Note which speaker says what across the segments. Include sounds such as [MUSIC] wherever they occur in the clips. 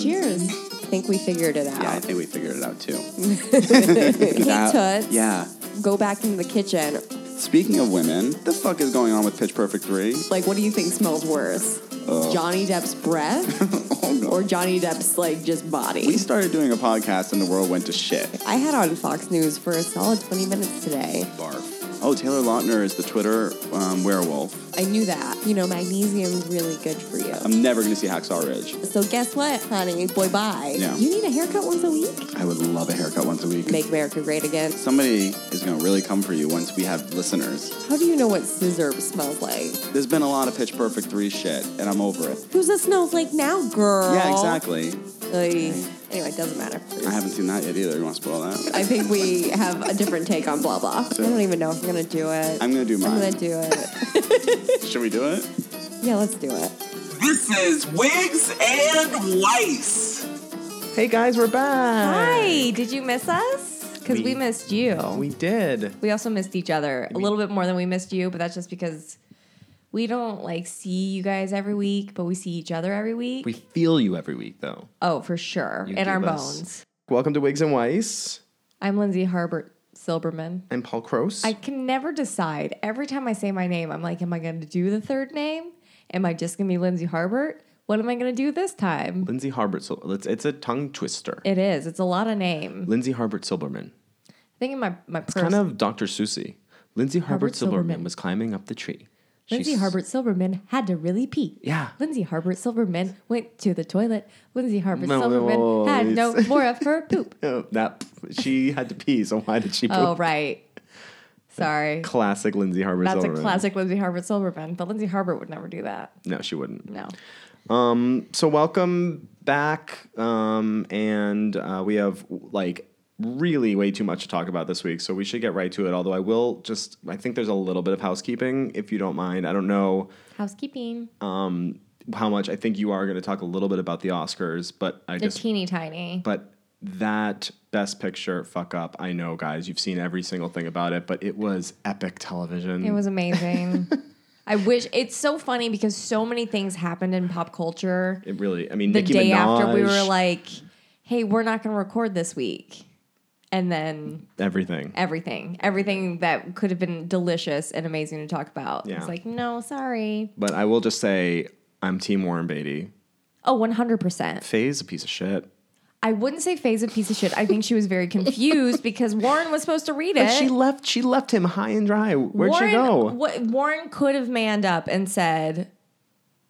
Speaker 1: Cheers. I think we figured it out.
Speaker 2: Yeah, I think we figured it out too.
Speaker 1: hey,
Speaker 2: That-
Speaker 1: Toots.
Speaker 2: Yeah.
Speaker 1: Go back into the kitchen.
Speaker 2: Speaking of women, the fuck is going on with Pitch Perfect 3?
Speaker 1: Like, what do you think smells worse? Johnny Depp's breath
Speaker 2: [LAUGHS] Oh no.
Speaker 1: or Johnny Depp's, like, just body?
Speaker 2: we started doing a podcast and the world went to shit.
Speaker 1: I had on Fox News for a solid 20 minutes today.
Speaker 2: Barf. Oh, Taylor Lautner is the Twitter um, werewolf.
Speaker 1: I knew that. You know, magnesium's really good for you.
Speaker 2: I'm never gonna see Hacksaw Ridge.
Speaker 1: So guess what, honey? Boy, bye.
Speaker 2: Yeah.
Speaker 1: You need a haircut once a week?
Speaker 2: I would love a haircut once a week.
Speaker 1: Make America great again.
Speaker 2: Somebody is gonna really come for you once we have listeners.
Speaker 1: How do you know what scissor smells like?
Speaker 2: There's been a lot of Pitch Perfect 3 shit, and I'm over it.
Speaker 1: Who's it smells like now, girl?
Speaker 2: Yeah, exactly.
Speaker 1: Like, anyway, it doesn't matter.
Speaker 2: I haven't seen that yet either. You wanna spoil
Speaker 1: [LAUGHS]
Speaker 2: that?
Speaker 1: I think we have a different take on blah blah. I don't even know if I'm gonna do it.
Speaker 2: I'm gonna do
Speaker 1: I'm
Speaker 2: mine.
Speaker 1: gonna do it. [LAUGHS]
Speaker 2: Should we do it?
Speaker 1: yeah, let's do it.
Speaker 3: This is Wigs and Weiss.
Speaker 4: Hey guys, we're back.
Speaker 5: Hi, did you miss us? Because we,
Speaker 4: We-
Speaker 5: missed you. We,
Speaker 4: We did.
Speaker 5: also missed each other a little bit more than we missed you, but that's just because we don't like see you guys every week, but we see each other every week.
Speaker 4: We feel you every week though.
Speaker 5: oh, for sure.
Speaker 4: You
Speaker 5: In our
Speaker 4: give us-
Speaker 5: bones.
Speaker 4: Welcome to Wigs and Weiss.
Speaker 5: I'm Lindsay Harbert Silberman.
Speaker 4: I'm Paul Kroos.
Speaker 5: I can never decide. Every time I say my name, I'm like, am I going to do the third name? Am I just going to be Lindsay Harbert? What am I going to do this time?
Speaker 4: Lindsay Harbert. Sil- It's, it's a tongue twister.
Speaker 5: It is. It's a lot of name.
Speaker 4: Lindsay Harbert Silberman.
Speaker 5: I think in my, my purse.
Speaker 4: Kind of Dr. Susie. Lindsay Harbert,
Speaker 5: Harbert
Speaker 4: Silberman,
Speaker 5: Silberman.
Speaker 4: was climbing up the tree.
Speaker 5: Lindsay
Speaker 4: She's-
Speaker 5: Harbert Silverman had to really pee.
Speaker 4: Yeah.
Speaker 5: Lindsay Harbert Silverman went to the toilet. Lindsay Harbert
Speaker 4: No,
Speaker 5: Silverman
Speaker 4: no,
Speaker 5: had no
Speaker 4: it's-
Speaker 5: more of her
Speaker 4: [LAUGHS]
Speaker 5: poop.
Speaker 4: Oh, that she had to pee, so why did she poop?
Speaker 5: Oh, right. Sorry.
Speaker 4: Classic Lindsay Harbert
Speaker 5: That's a
Speaker 4: Silberman.
Speaker 5: classic Lindsay Harbert Silverman, but Lindsay Harbert would never do that.
Speaker 4: No, she wouldn't.
Speaker 5: No.
Speaker 4: so welcome back um, and uh, we have like really way too much to talk about this week so we should get right to it although i will just i think there's a little bit of housekeeping if you don't mind i don't know um,
Speaker 5: Housekeeping.
Speaker 4: how much i think you are going to talk a little bit about the oscars but i
Speaker 5: the
Speaker 4: just
Speaker 5: teeny tiny.
Speaker 4: but that best picture fuck up i know guys you've seen every single thing about it but it was epic television
Speaker 5: It was
Speaker 4: [LAUGHS]
Speaker 5: amazing. I wish it's so funny because so many things happened in pop culture
Speaker 4: it really i mean
Speaker 5: the
Speaker 4: Nicki
Speaker 5: day after we were
Speaker 4: Minaj,
Speaker 5: like, hey, we're not going to record this week. And then
Speaker 4: everything
Speaker 5: everything, everything that could have been delicious and amazing to talk about.
Speaker 4: Yeah.
Speaker 5: It's like, no, sorry.
Speaker 4: but i will just say i'm team warren beatty
Speaker 5: Oh, 100%.
Speaker 4: faye's a piece of shit
Speaker 5: I wouldn't say Faye's a piece of shit. I think she was
Speaker 4: [LAUGHS]
Speaker 5: very confused because Warren was supposed to read it.
Speaker 4: But she left. She left him high and dry. Where'd
Speaker 5: Warren,
Speaker 4: she go?
Speaker 5: Wa- Warren could have manned up and said,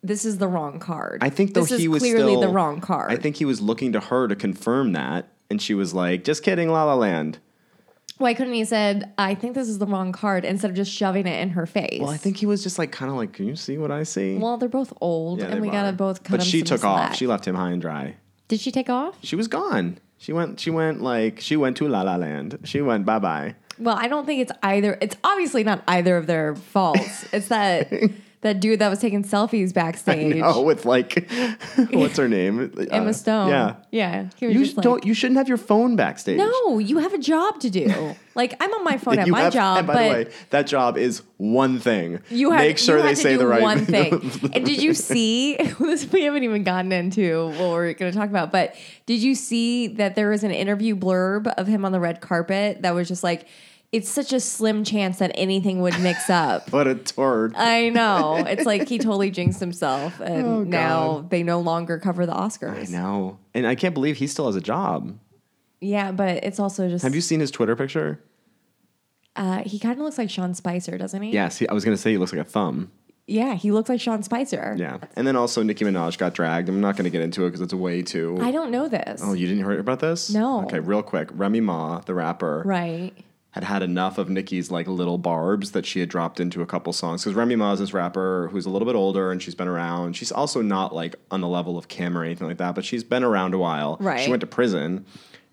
Speaker 5: this is the wrong card.
Speaker 4: I think though
Speaker 5: this
Speaker 4: he
Speaker 5: is
Speaker 4: was
Speaker 5: clearly
Speaker 4: still,
Speaker 5: the wrong card.
Speaker 4: I think he was looking to her to confirm that, and she was like, "Just kidding, La La Land."
Speaker 5: Why couldn't he said, I think this is the wrong card instead of just shoving it in her face?
Speaker 4: Well, I think he was just like, kind of like, "Can you see what I see?"
Speaker 5: Well, they're both old,
Speaker 4: Yeah, they
Speaker 5: and we gotta
Speaker 4: are.
Speaker 5: both cut
Speaker 4: But
Speaker 5: them
Speaker 4: she
Speaker 5: some
Speaker 4: took off.
Speaker 5: slack.
Speaker 4: She left him high and dry.
Speaker 5: Did she take off?
Speaker 4: She was gone. She went. She went like she went to La La Land. She went bye [LAUGHS] bye.
Speaker 5: Well, I don't think it's either. It's obviously not either of their
Speaker 4: [LAUGHS]
Speaker 5: faults. It's that that dude that was taking selfies
Speaker 4: [LAUGHS]
Speaker 5: backstage,
Speaker 4: Oh, with like, what's her name?
Speaker 5: Emma
Speaker 4: Uh,
Speaker 5: Stone.
Speaker 4: Yeah.
Speaker 5: yeah. He was
Speaker 4: You
Speaker 5: just like,
Speaker 4: don't. you shouldn't have your phone backstage.
Speaker 5: no, you have a job to do. like I'm
Speaker 4: [LAUGHS]
Speaker 5: on my phone at
Speaker 4: You
Speaker 5: my
Speaker 4: have-
Speaker 5: job,
Speaker 4: And by
Speaker 5: but
Speaker 4: the way, that job is one thing.
Speaker 5: you have
Speaker 4: make sure
Speaker 5: you
Speaker 4: they
Speaker 5: had to
Speaker 4: say
Speaker 5: do
Speaker 4: the right [LAUGHS]
Speaker 5: one thing. and did you see? [LAUGHS] This, we haven't even gotten into what we're going to talk about, but did you see that there was an interview blurb of him on the red carpet that was just like, "It's such a slim chance that anything would mix up."
Speaker 4: what a turd.
Speaker 5: I know. It's like he totally jinxed himself, and now they no longer cover the
Speaker 4: Oh, I
Speaker 5: Oscars.
Speaker 4: know, and I can't believe he still has a job.
Speaker 5: Yeah, but it's also just
Speaker 4: Have you seen his Twitter picture?
Speaker 5: uh, he kind of looks like Sean Spicer, doesn't he?
Speaker 4: Yes, he, I was gonna say he looks like a thumb.
Speaker 5: yeah, he looks like Sean Spicer.
Speaker 4: Yeah, and then also Nicki Minaj got dragged. I'm not gonna get into it because it's way too.
Speaker 5: I don't know this.
Speaker 4: oh, you didn't hear about this?
Speaker 5: No.
Speaker 4: Okay, real quick. Remy Ma, the rapper,
Speaker 5: right.
Speaker 4: had had enough of Nicki's like little barbs that she had dropped into a couple songs. Because Remy Ma is this rapper who's a little bit older and she's been around. She's also not like on the level of Kim or anything like that, but she's been around a while.
Speaker 5: Right.
Speaker 4: She went to prison.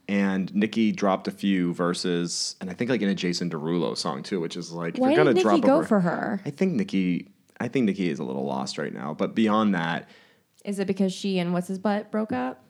Speaker 4: And Nicki dropped a few verses, and I think like in a Jason Derulo song too, which is like if
Speaker 5: Why
Speaker 4: you're
Speaker 5: did
Speaker 4: gonna
Speaker 5: Nikki
Speaker 4: drop a
Speaker 5: go
Speaker 4: ver-
Speaker 5: for her?
Speaker 4: I think Nicki, I think Nicki is a little lost right now. But beyond that,
Speaker 5: Is it because she and what's his butt broke up?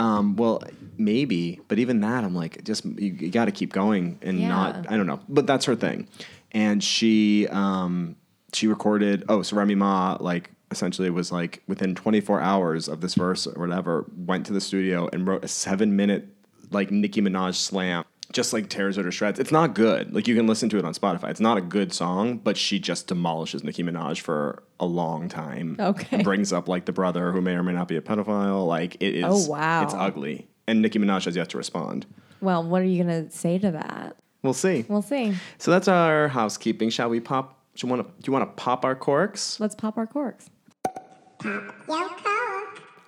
Speaker 4: um, well, maybe, but even that, I'm like, just you, you got to keep going and
Speaker 5: Yeah.
Speaker 4: not. I don't know, but that's her thing, and she um, she recorded. Oh, so Remy Ma like essentially was like within 24 hours of this verse or whatever, went to the studio and wrote a seven minute like Nicki Minaj slam. Just like tears her to shreds. It's not good. Like you can listen to it on Spotify. It's not a good song, but she just demolishes Nicki Minaj for a long time.
Speaker 5: Okay.
Speaker 4: Brings up like the brother who may or may not be a pedophile. Like it is.
Speaker 5: Oh, wow.
Speaker 4: It's ugly. And Nicki Minaj has yet to respond.
Speaker 5: Well, what are you gonna say to that?
Speaker 4: We'll see.
Speaker 5: We'll see.
Speaker 4: So that's our housekeeping. Shall we pop? Do you want to? Do you want to pop our corks?
Speaker 5: Let's pop our corks.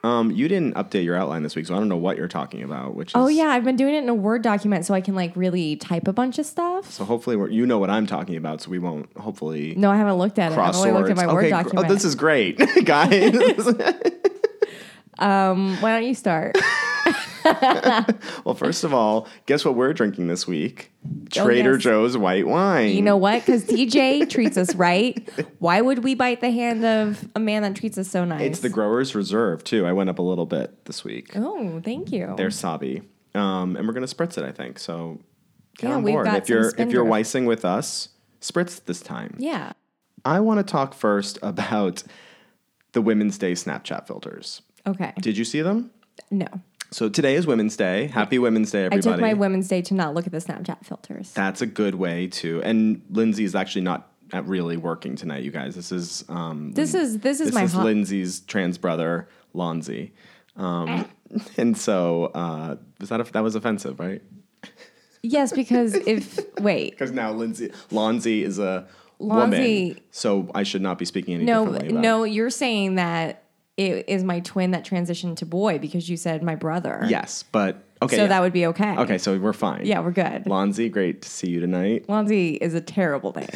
Speaker 4: Um, you didn't update your outline this week, so I don't know what you're talking about. Which is,
Speaker 5: Oh yeah, I've been doing it in a Word document so I can like really type a bunch of stuff.
Speaker 4: So hopefully we're, you know what I'm talking about, so we won't hopefully
Speaker 5: No, I haven't looked at it. I've
Speaker 4: cross
Speaker 5: only
Speaker 4: swords.
Speaker 5: looked at my Word
Speaker 4: okay, gr-
Speaker 5: document.
Speaker 4: oh, this is great, [LAUGHS] guys.
Speaker 5: [LAUGHS] Why don't you start?
Speaker 4: well, first of all, guess what we're drinking this week?
Speaker 5: Oh,
Speaker 4: Trader
Speaker 5: yes.
Speaker 4: Joe's white wine.
Speaker 5: You know what? Because DJ treats us right. Why would we bite the hand of a man that treats us so nice?
Speaker 4: it's the Growers Reserve too. I went up a little bit this week.
Speaker 5: oh, thank you.
Speaker 4: They're sobby, um, and we're gonna spritz it. I think so. Get
Speaker 5: Yeah,
Speaker 4: on
Speaker 5: we've
Speaker 4: board
Speaker 5: got
Speaker 4: if
Speaker 5: some
Speaker 4: you're if you're
Speaker 5: Spindrift.
Speaker 4: weissing with us. Spritz this time.
Speaker 5: yeah.
Speaker 4: I want to talk first about the Women's Day Snapchat filters.
Speaker 5: Okay.
Speaker 4: Did you see them?
Speaker 5: no,
Speaker 4: So today is Women's Day. Happy Women's Day,
Speaker 5: I
Speaker 4: everybody.
Speaker 5: took my Women's Day to not look at the Snapchat filters.
Speaker 4: That's a good way to. And Lindsay is actually not at really working tonight, you guys. This is um,
Speaker 5: this is this is
Speaker 4: this
Speaker 5: my
Speaker 4: is
Speaker 5: hot.
Speaker 4: Lindsay's trans brother, Lonzy.
Speaker 5: Eh.
Speaker 4: Um, and so uh, was that a, that was offensive, right?
Speaker 5: yes, because if
Speaker 4: [LAUGHS]
Speaker 5: wait,
Speaker 4: Because now Lindsay Lonzy is a woman,
Speaker 5: Lonzy-
Speaker 4: so I should not be speaking any
Speaker 5: no,
Speaker 4: differently. about-
Speaker 5: no, you're saying that it is my twin that transitioned to boy because you said my brother.
Speaker 4: Yes, but okay.
Speaker 5: So
Speaker 4: yeah.
Speaker 5: that would be okay.
Speaker 4: Okay, so we're fine.
Speaker 5: Yeah, we're good.
Speaker 4: Lonzy, great to see you tonight.
Speaker 5: Lonzy is a terrible
Speaker 4: [LAUGHS]
Speaker 5: name.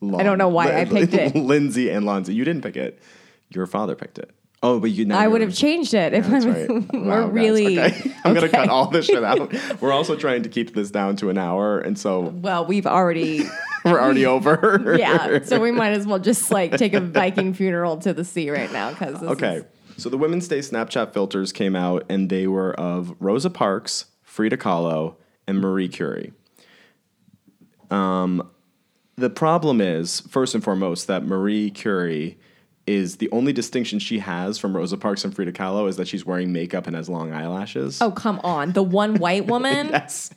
Speaker 4: Lon-
Speaker 5: I don't know why I picked
Speaker 4: [LAUGHS]
Speaker 5: it.
Speaker 4: Lindsay and Lonzy. You didn't pick it. Your father picked it. Oh, but you know.
Speaker 5: I would have changed it if
Speaker 4: [LAUGHS] That's
Speaker 5: I'm. [LAUGHS]
Speaker 4: right.
Speaker 5: we're
Speaker 4: Wow, guys.
Speaker 5: really. [LAUGHS]
Speaker 4: Okay. [LAUGHS] I'm going to cut
Speaker 5: okay.
Speaker 4: all this
Speaker 5: [LAUGHS]
Speaker 4: shit out. We're also trying to keep this down to an hour, and so [LAUGHS]
Speaker 5: Well, we've already.
Speaker 4: we're already over.
Speaker 5: Yeah, so we might as well just like take a Viking funeral to the sea right now because
Speaker 4: Okay. So the Women's Day Snapchat filters came out, and they were of Rosa Parks, Frida Kahlo, and Marie Curie. Um, The problem is, first and foremost, that Marie Curie is the only distinction she has from Rosa Parks and Frida Kahlo is that she's wearing makeup and has long eyelashes.
Speaker 5: Oh come on, the one white
Speaker 4: [LAUGHS]
Speaker 5: woman.
Speaker 4: yes.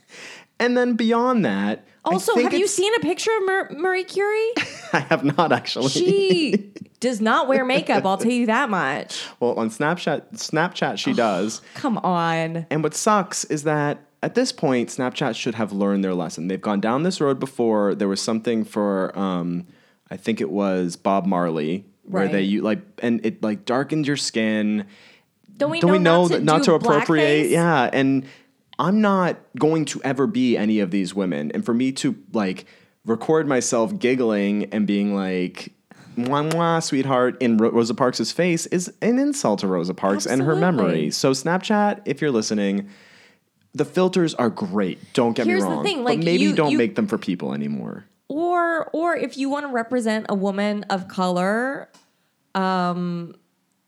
Speaker 4: And then beyond that, I
Speaker 5: Also,
Speaker 4: think
Speaker 5: have you
Speaker 4: it's-
Speaker 5: seen a picture of Mar- Marie Curie?
Speaker 4: [LAUGHS] I have not actually.
Speaker 5: She
Speaker 4: [LAUGHS]
Speaker 5: does not wear makeup. I'll tell you that much.
Speaker 4: well, on Snapchat, Snapchat she does.
Speaker 5: Come on.
Speaker 4: And what sucks is that at this point, Snapchat should have learned their lesson. They've gone down this road before. There was something for, um, I think it was Bob Marley, where
Speaker 5: Right.
Speaker 4: they you like and it like darkened your skin.
Speaker 5: Don't we
Speaker 4: Don't
Speaker 5: know,
Speaker 4: we know that
Speaker 5: not,
Speaker 4: not
Speaker 5: do
Speaker 4: to appropriate?
Speaker 5: blackface?
Speaker 4: Yeah, and I'm not going to ever be any of these women. And for me to like record myself giggling and being like. Mwah, mwah, sweetheart, in Ro- Rosa Parks' face is an insult to Rosa Parks and her
Speaker 5: Absolutely.
Speaker 4: memory. So, Snapchat, if you're listening, the filters are great. Don't get
Speaker 5: Here's
Speaker 4: me
Speaker 5: the
Speaker 4: wrong.
Speaker 5: thing,
Speaker 4: but
Speaker 5: like,
Speaker 4: maybe
Speaker 5: you-
Speaker 4: don't
Speaker 5: you-
Speaker 4: make them for people anymore.
Speaker 5: Or or if you want to represent a woman of color, um,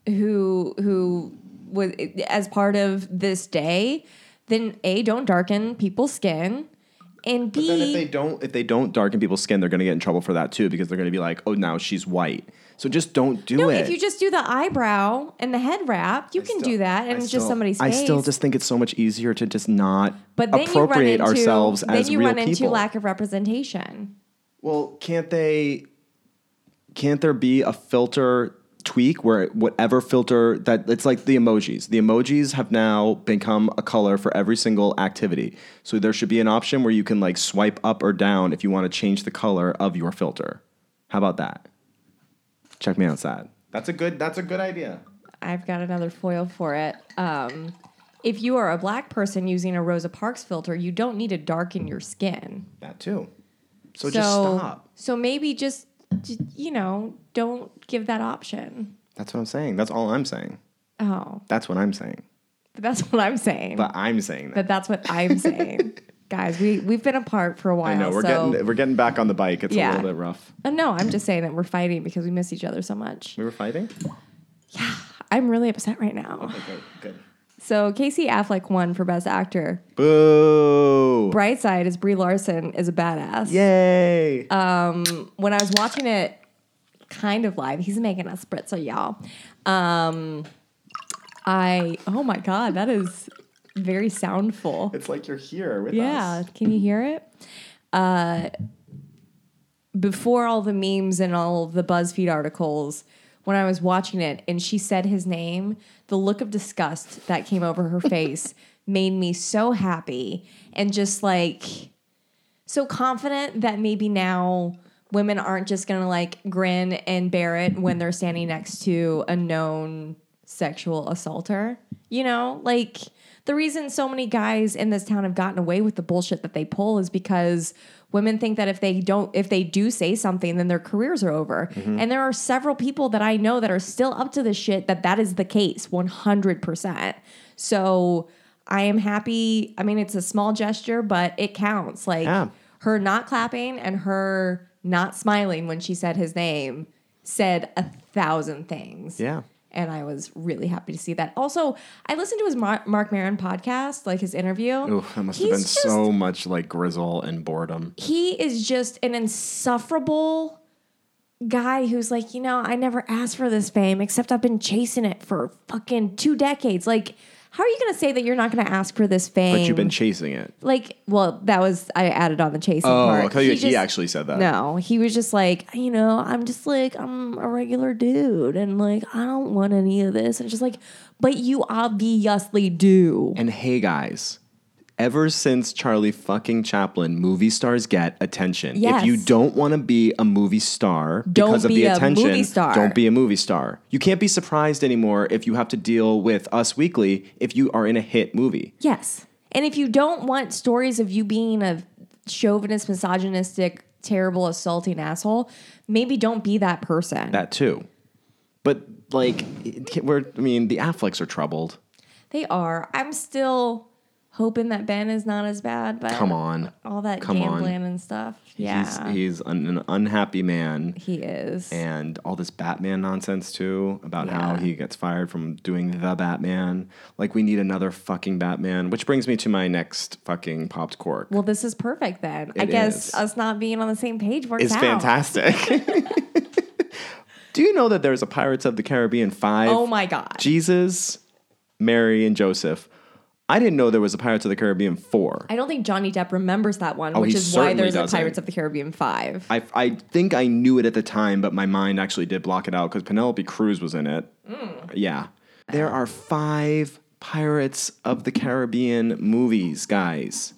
Speaker 5: who who was as part of this day, then a don't darken people's skin, and b
Speaker 4: Then if they don't, if they don't darken people's skin, they're going to get in trouble for that too, because they're going to be like, "Oh, now she's white." So just don't do
Speaker 5: No,
Speaker 4: it.
Speaker 5: if you just do the eyebrow and the head wrap, you can
Speaker 4: still-
Speaker 5: do that, and it's just somebody's
Speaker 4: I
Speaker 5: face.
Speaker 4: still just think it's so much easier to just not
Speaker 5: but then
Speaker 4: appropriate
Speaker 5: you run into,
Speaker 4: ourselves
Speaker 5: then
Speaker 4: as
Speaker 5: you
Speaker 4: real
Speaker 5: run into
Speaker 4: people.
Speaker 5: lack of representation.
Speaker 4: well, can't they? Can't there be a filter tweak where whatever filter that it's like the emojis. The emojis have now become a color for every single activity. So there should be an option where you can like swipe up or down if you want to change the color of your filter. How about that? Check me out, that. That's a good. That's a good idea.
Speaker 5: I've got another foil for it. Um, if you are a black person using a Rosa Parks filter, you don't need to darken your skin.
Speaker 4: That too. So
Speaker 5: So
Speaker 4: just stop.
Speaker 5: So maybe just j- you know don't give that option.
Speaker 4: That's what I'm saying. That's all I'm saying.
Speaker 5: Oh,
Speaker 4: That's what I'm saying.
Speaker 5: but that's [LAUGHS] what I'm saying.
Speaker 4: But I'm saying that.
Speaker 5: but that's what I'm
Speaker 4: [LAUGHS]
Speaker 5: saying, guys. We we've been apart for a while.
Speaker 4: I know we're
Speaker 5: so
Speaker 4: getting we're getting back on the bike. It's
Speaker 5: Yeah.
Speaker 4: a little bit rough.
Speaker 5: Uh, no, I'm just saying that we're fighting because we miss each other so much.
Speaker 4: We were fighting.
Speaker 5: I'm really upset right now.
Speaker 4: Okay, good.
Speaker 5: So Casey Affleck won for Best Actor.
Speaker 4: Boo!
Speaker 5: Bright side is Brie Larson is a badass.
Speaker 4: Yay!
Speaker 5: When I was watching it kind of live. He's making a spritzer, y'all. Um, I oh my god, that is very soundful.
Speaker 4: It's like you're here with
Speaker 5: Yeah,
Speaker 4: us.
Speaker 5: can you hear it? Uh, before all the memes and all of the BuzzFeed articles, when I was watching it and she said his name, the look of disgust that came over her face made me so happy and just like so confident that maybe now women aren't just gonna like grin and bear it when they're standing next to a known sexual assaulter. You know, like the reason so many guys in this town have gotten away with the bullshit that they pull is because women think that if they don't if they do say something then their careers are over. And there are several people that I know that are still up to this shit that that is the case 100%. So I am happy. I mean, it's a small gesture, but it counts. Like
Speaker 4: Yeah.
Speaker 5: her not clapping and her not smiling when she said his name said a thousand things.
Speaker 4: Yeah.
Speaker 5: And I was really happy to see that. Also, I listened to his Mar- Mark Maron podcast, like his interview.
Speaker 4: Ooh, that must have
Speaker 5: He's
Speaker 4: been
Speaker 5: just-
Speaker 4: so much like grizzle and boredom.
Speaker 5: He is just an insufferable guy who's like, you know, I never asked for this fame except I've been chasing it for fucking two decades. Like, how are you going to say that you're not going to ask for this fame?
Speaker 4: But you've been chasing it.
Speaker 5: like well that was i added on the chasing
Speaker 4: Oh,
Speaker 5: part
Speaker 4: I thought you- he
Speaker 5: just-
Speaker 4: actually said that.
Speaker 5: no he was just like you know i'm just like i'm a regular dude and like i don't want any of this and just like but you obviously do
Speaker 4: And hey, guys, ever since Charlie fucking Chaplin, movie stars get attention.
Speaker 5: Yes.
Speaker 4: If you don't want to be a movie star
Speaker 5: Don't
Speaker 4: because of
Speaker 5: be
Speaker 4: the
Speaker 5: a
Speaker 4: attention,
Speaker 5: movie star.
Speaker 4: don't be a movie star. You can't be surprised anymore if you have to deal with Us Weekly if you are in a hit movie.
Speaker 5: yes and if you don't want stories of you being a chauvinist misogynistic terrible assaulting asshole maybe don't be that person
Speaker 4: That too. But like, it- we're, I mean, the Afflecks are troubled.
Speaker 5: they are i'm still hoping that ben is not as bad but
Speaker 4: Come on.
Speaker 5: all that
Speaker 4: Come on.
Speaker 5: gambling and stuff yeah
Speaker 4: He's, he's an, an unhappy man.
Speaker 5: he is
Speaker 4: and all this Batman nonsense too about how
Speaker 5: Yeah.
Speaker 4: he gets fired from doing the Batman. Like we need another fucking Batman, which brings me to my next fucking popped cork.
Speaker 5: Well, this is perfect then. I
Speaker 4: It
Speaker 5: guess
Speaker 4: is.
Speaker 5: us not being on the same page works
Speaker 4: it's
Speaker 5: out.
Speaker 4: fantastic. [LAUGHS] Do you know that there's a Pirates of the Caribbean 5?
Speaker 5: Oh my god.
Speaker 4: Jesus, Mary and Joseph. I didn't know there was a Pirates of the Caribbean 4.
Speaker 5: I don't think Johnny Depp remembers that one, which
Speaker 4: Oh, he
Speaker 5: is why
Speaker 4: certainly
Speaker 5: there's
Speaker 4: doesn't.
Speaker 5: a Pirates of the Caribbean 5.
Speaker 4: I, I think I knew it at the time, but my mind actually did block it out because Penelope Cruz was in it.
Speaker 5: Mm.
Speaker 4: Yeah. There are five Pirates of the Caribbean movies, guys.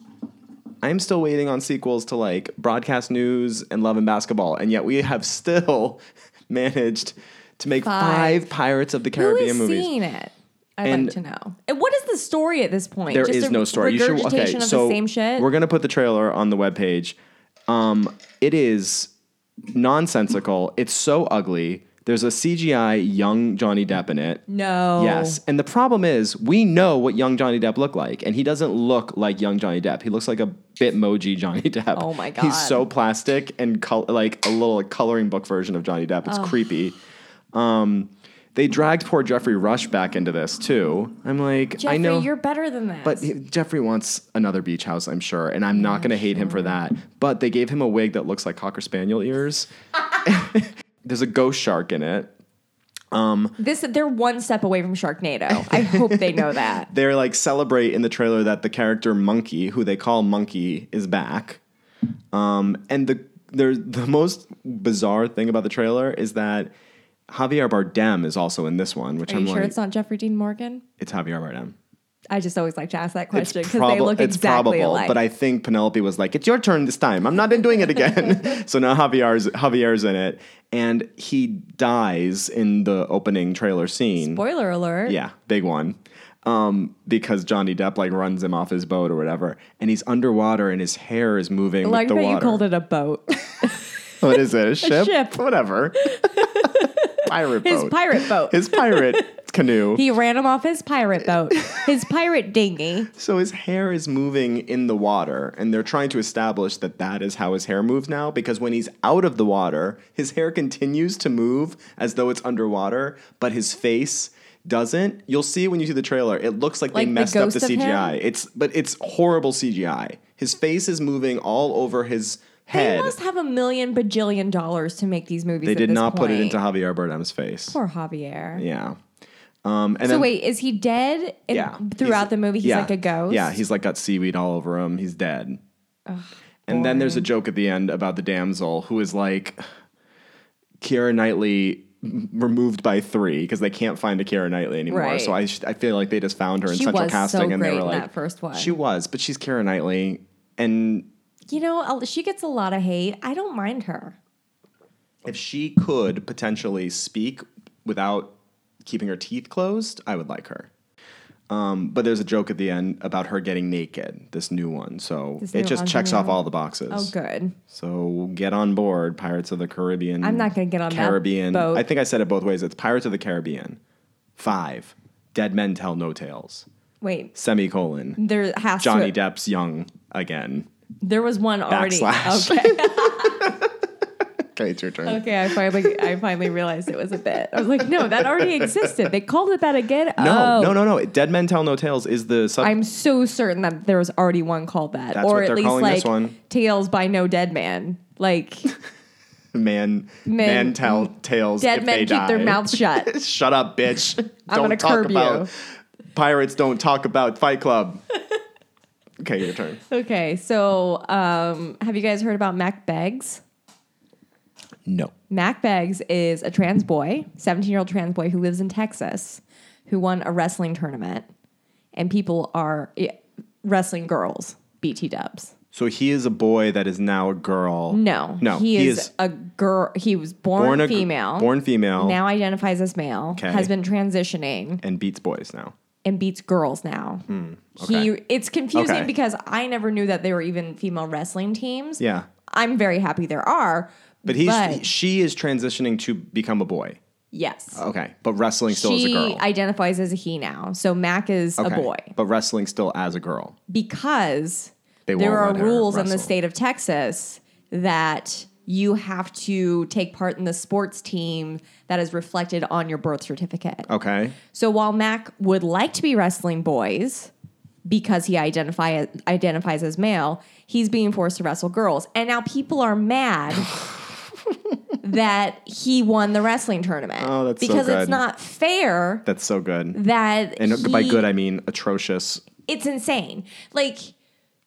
Speaker 4: I'm still waiting on sequels to like Broadcast News and Love and Basketball, and yet we have still [LAUGHS] managed to make
Speaker 5: Five.
Speaker 4: five, Pirates of the
Speaker 5: Who
Speaker 4: Caribbean
Speaker 5: is
Speaker 4: movies.
Speaker 5: seeing it? I'd
Speaker 4: And-
Speaker 5: like to know. And what is the story at this point?
Speaker 4: There is
Speaker 5: Just a
Speaker 4: no story. You should
Speaker 5: regurgitation
Speaker 4: okay.
Speaker 5: of
Speaker 4: so
Speaker 5: the same shit.
Speaker 4: we're gonna put the trailer on the webpage. Um, it is nonsensical. It's so ugly. There's a CGI young Johnny Depp in it.
Speaker 5: no.
Speaker 4: Yes, and the problem is we know what young Johnny Depp looked like, and he doesn't look like young Johnny Depp. He looks like a Bitmoji Johnny [LAUGHS] Depp.
Speaker 5: Oh my God.
Speaker 4: He's so plastic and col- like a little coloring book version of Johnny Depp. It's creepy. Um, they dragged poor Jeffrey Rush back into this too. I'm like,
Speaker 5: Jeffrey,
Speaker 4: I know
Speaker 5: you're better than that.
Speaker 4: but he- Jeffrey wants another beach house, I'm sure, and I'm not going to hate him for that. But they gave him a wig that looks like cocker
Speaker 5: [LAUGHS]
Speaker 4: spaniel ears. There's a ghost shark in it.
Speaker 5: this they're one step away from Sharknado.
Speaker 4: [LAUGHS]
Speaker 5: I hope they know that.
Speaker 4: They're like celebrate in the trailer that the character Monkey, who they call Monkey, is back. Um, and the there the most bizarre thing about the trailer is that Javier Bardem is also in this one, which
Speaker 5: Are
Speaker 4: I'm
Speaker 5: you sure
Speaker 4: like,
Speaker 5: it's not Jeffrey Dean Morgan?
Speaker 4: it's Javier Bardem.
Speaker 5: I just always like to ask that
Speaker 4: It's
Speaker 5: question because they
Speaker 4: probab-
Speaker 5: look
Speaker 4: it's
Speaker 5: exactly
Speaker 4: probable,
Speaker 5: alike.
Speaker 4: but I think Penelope was like, "It's your turn this time. I'm not in doing
Speaker 5: [LAUGHS]
Speaker 4: it again." [LAUGHS] so now Javier's Javier's in it, and he dies in the opening trailer scene.
Speaker 5: Spoiler alert.
Speaker 4: Yeah, big one. Um, because Johnny Depp like runs him off his boat or whatever, and he's underwater and his hair is moving
Speaker 5: I like
Speaker 4: with
Speaker 5: that
Speaker 4: the water.
Speaker 5: you called it a boat.
Speaker 4: what
Speaker 5: [LAUGHS]
Speaker 4: is it? A ship?
Speaker 5: ship. [LAUGHS]
Speaker 4: Whatever. pirate
Speaker 5: His
Speaker 4: boat.
Speaker 5: pirate boat. [LAUGHS]
Speaker 4: his pirate canoe.
Speaker 5: He ran him off his
Speaker 4: [LAUGHS]
Speaker 5: pirate boat, his pirate dinghy.
Speaker 4: So his hair is moving in the water, and they're trying to establish that that is how his hair moves now. Because when he's out of the water, his hair continues to move as though it's underwater, but his face doesn't. You'll see when you see the trailer; it looks like,
Speaker 5: Like
Speaker 4: they
Speaker 5: the
Speaker 4: messed up the
Speaker 5: ghost of him?
Speaker 4: CGI. It's but it's horrible CGI. His face is moving all over his
Speaker 5: They
Speaker 4: head.
Speaker 5: must have a million bajillion dollars to make these movies.
Speaker 4: They
Speaker 5: at
Speaker 4: did
Speaker 5: this
Speaker 4: not put it
Speaker 5: point.
Speaker 4: into Javier Bardem's face.
Speaker 5: poor Javier.
Speaker 4: Yeah. Um, and
Speaker 5: So
Speaker 4: then,
Speaker 5: wait, is he dead? And
Speaker 4: yeah.
Speaker 5: Throughout
Speaker 4: He's-
Speaker 5: the movie, he's
Speaker 4: yeah.
Speaker 5: like a ghost.
Speaker 4: Yeah, he's like got seaweed all over him. He's dead. and then there's a joke at the end about the damsel who is like Kira Knightley m- removed by three because they can't find a Kira Knightley anymore.
Speaker 5: Right.
Speaker 4: So I, sh- I feel like they just found her in
Speaker 5: She
Speaker 4: central
Speaker 5: was so
Speaker 4: casting and
Speaker 5: great
Speaker 4: they were
Speaker 5: in
Speaker 4: like,
Speaker 5: that first one.
Speaker 4: She was, but she's Kira Knightley. And
Speaker 5: you know, a- she gets a lot of hate. I don't mind her.
Speaker 4: if she could potentially speak without keeping her teeth closed, I would like her. Um, but there's a joke at the end about her getting naked, this new one. So
Speaker 5: This
Speaker 4: it
Speaker 5: new
Speaker 4: just checks
Speaker 5: ingenue.
Speaker 4: off all the boxes.
Speaker 5: Oh, good.
Speaker 4: So get on board, Pirates of the Caribbean.
Speaker 5: I'm not gonna get on that
Speaker 4: Caribbean.
Speaker 5: boat.
Speaker 4: I think I said it both ways. It's Pirates of the Caribbean. Five. Dead men tell no tales.
Speaker 5: Wait,
Speaker 4: Semicolon.
Speaker 5: there has
Speaker 4: Johnny
Speaker 5: to.
Speaker 4: Depp's young again.
Speaker 5: There was one already.
Speaker 4: Backslash.
Speaker 5: Okay.
Speaker 4: Okay, it's your turn.
Speaker 5: Okay, I finally I finally realized it was a bit. I was like, no, that already existed. They called it that again.
Speaker 4: No,
Speaker 5: oh,
Speaker 4: no, no, no. Dead men tell no tales is the sub.
Speaker 5: I'm so certain that there was already one called that,
Speaker 4: That's
Speaker 5: or
Speaker 4: what
Speaker 5: at
Speaker 4: they're
Speaker 5: least
Speaker 4: calling
Speaker 5: like
Speaker 4: this one.
Speaker 5: Tales by No Dead Man.
Speaker 4: [LAUGHS]
Speaker 5: Like
Speaker 4: man, men, tell tales.
Speaker 5: dead
Speaker 4: if
Speaker 5: men
Speaker 4: they
Speaker 5: keep
Speaker 4: die.
Speaker 5: their mouths shut.
Speaker 4: [LAUGHS] Shut up, bitch.
Speaker 5: [LAUGHS] I'm
Speaker 4: don't
Speaker 5: gonna
Speaker 4: talk
Speaker 5: curb you.
Speaker 4: about pirates. Don't talk about Fight Club. okay, your turn.
Speaker 5: okay, so um, have you guys heard about Mac Beggs?
Speaker 4: No.
Speaker 5: Mac Beggs is a trans boy, 17 year old trans boy who lives in Texas, who won a wrestling tournament, and people are eh, wrestling girls, BT dubs.
Speaker 4: So he is a boy that is now a girl.
Speaker 5: No,
Speaker 4: No,
Speaker 5: he,
Speaker 4: he
Speaker 5: is,
Speaker 4: is
Speaker 5: a girl. He was born,
Speaker 4: Born a gr-
Speaker 5: female,
Speaker 4: born female.
Speaker 5: now identifies as male,
Speaker 4: Okay.
Speaker 5: has been transitioning
Speaker 4: and beats boys now.
Speaker 5: and beats girls now. He,
Speaker 4: Hmm, okay.
Speaker 5: it's confusing
Speaker 4: Okay.
Speaker 5: because I never knew that there were even female wrestling teams.
Speaker 4: Yeah.
Speaker 5: I'm very happy there are,
Speaker 4: But he's
Speaker 5: But-
Speaker 4: she is transitioning to become a boy.
Speaker 5: yes.
Speaker 4: Okay. But wrestling Oh, still
Speaker 5: she
Speaker 4: as a girl.
Speaker 5: identifies as a he now, so Mac is
Speaker 4: okay.
Speaker 5: a boy
Speaker 4: But wrestling still as a girl.
Speaker 5: because
Speaker 4: They
Speaker 5: there
Speaker 4: won't
Speaker 5: are
Speaker 4: let her
Speaker 5: rules in the
Speaker 4: wrestle.
Speaker 5: state of Texas that you have to take part in the sports team that is reflected on your birth certificate.
Speaker 4: Okay.
Speaker 5: So while Mac would like to be wrestling boys because he identify, identifies as male, he's being forced to wrestle girls. And now people are
Speaker 4: [LAUGHS]
Speaker 5: mad that he won the wrestling tournament.
Speaker 4: Oh, that's so
Speaker 5: because
Speaker 4: good.
Speaker 5: it's not fair
Speaker 4: That's so good.
Speaker 5: that
Speaker 4: And by
Speaker 5: he-
Speaker 4: good I mean atrocious.
Speaker 5: it's insane. Like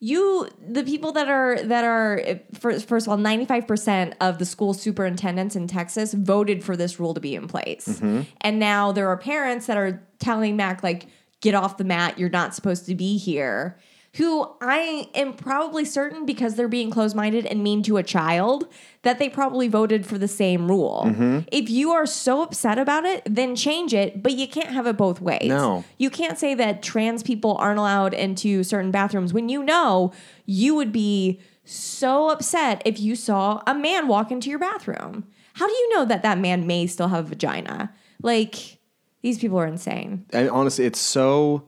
Speaker 5: you, the people that are that are first, first of all, ninety five percent of the school superintendents in Texas voted for this rule to be in place, and now there are parents that are telling Mac like, "Get off the mat! You're not supposed to be here." Who I am probably certain because they're being closed minded and mean to a child that they probably voted for the same rule. If you are so upset about it, then change it, but you can't have it both ways.
Speaker 4: No.
Speaker 5: You can't say that trans people aren't allowed into certain bathrooms when you know you would be so upset if you saw a man walk into your bathroom. How do you know that that man may still have a vagina? Like, these people are insane.
Speaker 4: And honestly, it's so